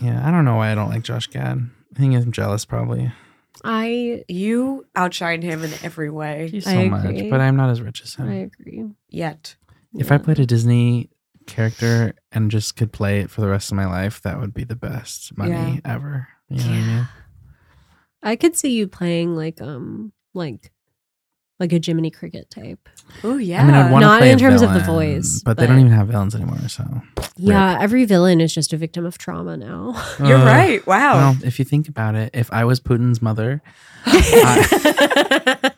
Yeah, I don't know why I don't like Josh Gad. I think I'm jealous, probably.
I
You outshine him in every way.
Thank you so
I
much,
agree.
but I'm not as rich as him.
I agree.
Yet
If I played a Disney character and just could play it for the rest of my life, that would be the best money ever. You know what I mean?
I could see you playing like um like like a Jiminy Cricket type.
Oh yeah.
I mean, I'd want
Not
to play
in
a
terms of the
villain,
voice,
but, they
but-
don't even have villains anymore. So
Yeah, every villain is just a victim of trauma now. <laughs>
You're
Uh,
right. Wow.
Well, if you think about it, if I was Putin's mother,
I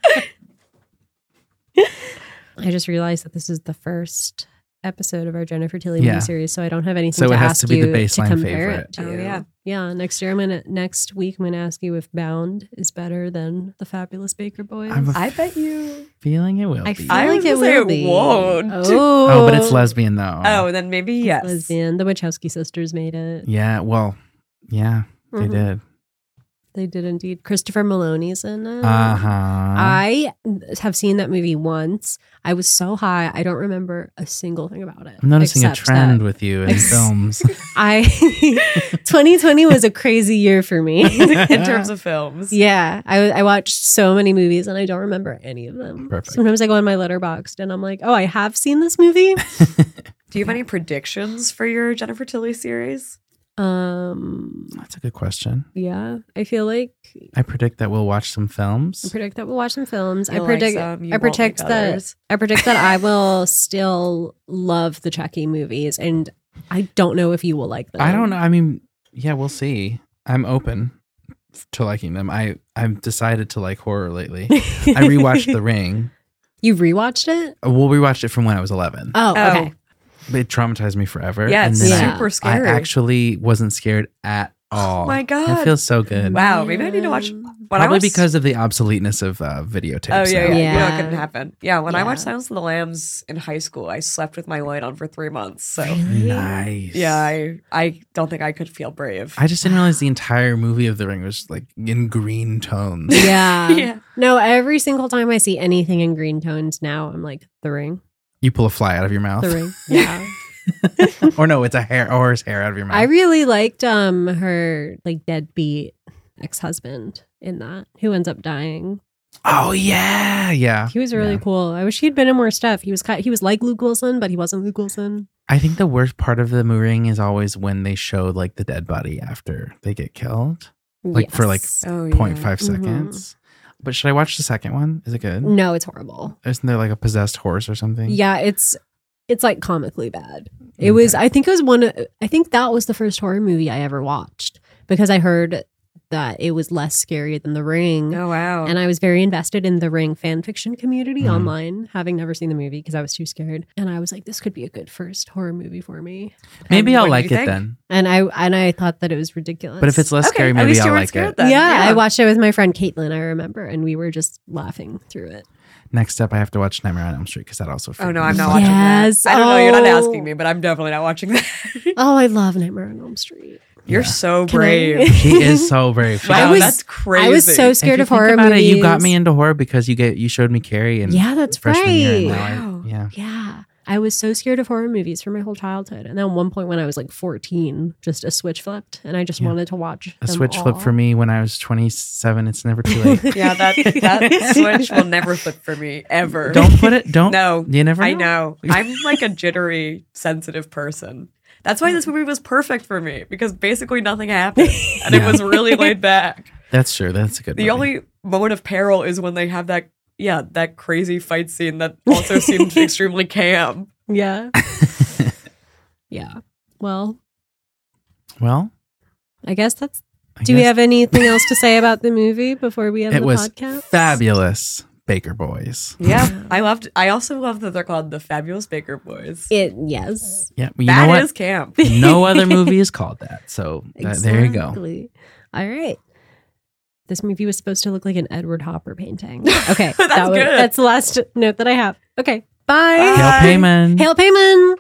I just realized that this is the first episode of our Jennifer Tilly
Yeah.
movie series, so I don't have anything
So
to
it has
ask
to be
you
the baseline
to compare
favorite.
it to.
Oh, yeah.
yeah. Next year, I'm gonna next week, I'm gonna ask you if Bound is better than the Fabulous Baker Boys.
I'm a
I bet you.
feeling it will
I
be.
feel
I
like
was
it
gonna say
will
it
be.
won't.
Oh.
oh, but it's lesbian though.
Oh, then maybe
It's
yes. <laughs>
Lesbian. The Wachowski sisters made it.
yeah. Well, yeah, they
Mhm.
did.
They did indeed. Christopher Maloney's in it.
Uh huh.
Mm-hmm. I have seen that movie once. I was so high, I don't remember a single thing about it.
I'm noticing a
except
trend
that
with you
<laughs>
in
Ex-
films.
I <laughs> 2020 was a crazy year for me.
<laughs>
<laughs>
in terms of films.
yeah, I, I watched so many movies and I don't remember any of them.
Perfect.
Sometimes I go on my letterboxd and I'm like, oh, I have seen this movie.
Do you have any predictions for your Jennifer Tilly series?
um,
That's a good question.
yeah, I feel like
I predict that we'll watch some
I
films.
predict that we'll watch some films.
You'll
I
like
predict
some, you
I
won't
predict
like
that
others.
I predict that
<laughs>
I will still love the Chucky movies, and I don't know if you will like them. <laughs>
I don't know. I mean, yeah, we'll see. I'm open to liking them. I I've decided to like horror lately. I
<laughs>
rewatched
<laughs>
The Ring. Uh,
You rewatched it?
Well, we watched it from when I was 11.
Oh,
Oh.
okay.
it traumatized me forever.
Yeah, it's
and then I-
Yeah.
super
I,
scary. Oh
actually wasn't scared at all.
my God.
It feels so good.
Wow. maybe I need to watch-
Um,
when I
Probably
was-
because of the obsoleteness of uh, videotapes.
Oh yeah, yeah,
now.
yeah. You know,
Yeah.
it couldn't happen. Yeah, when I watched
Yeah.
Silence of the Lambs in high school, I slept with my light on for three months. So
Really?
Nice.
yeah, I I don't think I could feel brave.
I just didn't realize the entire movie of The Ring was like in green tones.
Yeah.
<laughs> yeah,
No, every single time I see anything in green tones now, I'm like, the ring,
You pull a fly out of your mouth, <laughs>
the ring. Yeah.
or no, it's a hair, or it's hair out of your mouth.
I really liked um her like deadbeat ex husband in that who ends up dying.
oh yeah, yeah.
He was really
Yeah.
cool. I wish he'd been in more stuff. He was ki- he was like Luke Wilson, but he wasn't Luke Wilson.
I think the worst part of the Moo Ring is always when they show like the dead body after they get killed, like for like
Yes.
Oh,
0.5
Mhm.
seconds. But should I watch the second one? Is it good?
Mm.
No, it's horrible.
Isn't there like a possessed horse or something?
Yeah, it's it's like comically bad. It was
Okay.
I think it was one of- I think that was the first horror movie I ever watched because I heard that it was less scary than The Ring.
Oh wow.
And I was very invested in the Ring fan fiction community
Mhm.
online, having never seen the movie because I was too scared. And I was like, this could be a good first horror movie for me.
Maybe
And
I'll
what
like
did you
it
think?
then.
And I and I thought that it was ridiculous.
But if it's less
Okay,
scary,
at
maybe
least you
I'll
weren't
like
scared
it.
then.
yeah,
Yeah.
I watched it with my friend Caitlin. I remember, and we were just laughing through
<laughs>
it.
Next up, I have to watch Nightmare on Elm Street because that also.
Oh
freaked
no,
me
I'm
out.
not watching
Yes.
that. I don't know. You're not
Oh.
asking me, but I'm definitely not
<laughs>
watching that.
Oh, I love Nightmare on Elm Street.
You're
Yeah.
so
Can I-
brave.
<laughs>
She is so
<laughs>
brave. She-
Wow,
I was-
that's crazy.
I was so
If you
scared of
think
horror
about
movies.
It, you got me into horror because you get you showed me Carrie and
yeah, that's
freshman year. And
right.
now I-
Wow.
yeah.
Yeah. I was so scared of horror movies for my whole childhood. And then one point when I was like 14, just a switch flipped and I just
Yeah.
wanted to watch
A switch flip for me when I was 27. It's never too
<laughs>
late.
Yeah, that that switch will never flip for me ever.
don't put it. Don't.
<laughs> No,
You never.
I know.
<laughs>
I'm like a jittery, sensitive person. That's why this movie was perfect for me because basically nothing
<laughs>
happened and
Yeah.
it was really laid back.
That's true. That's a good.
The
movie.
only moment of peril is when they have that yeah, that crazy fight scene
<laughs>
that also seemed extremely camp.
Yeah. yeah. Well,
Well,
I guess that's.
I
Do we
guess
have anything else to say about the movie before we end
It
the
was
podcast?
fabulous Baker Boys.
Yeah, I loved. I also love that they're called the Fabulous Baker Boys.
It yes.
Yeah. Well, you
That
know what?
is camp. <laughs>
no other movie is called that. So uh, there you go.
Exactly. All right. This movie was supposed to look like an Edward Hopper painting. Okay,
That's
that was,
good.
That's the last note that I have. Okay,
Bye.
bye.
Gail Payman.
Hail Payman.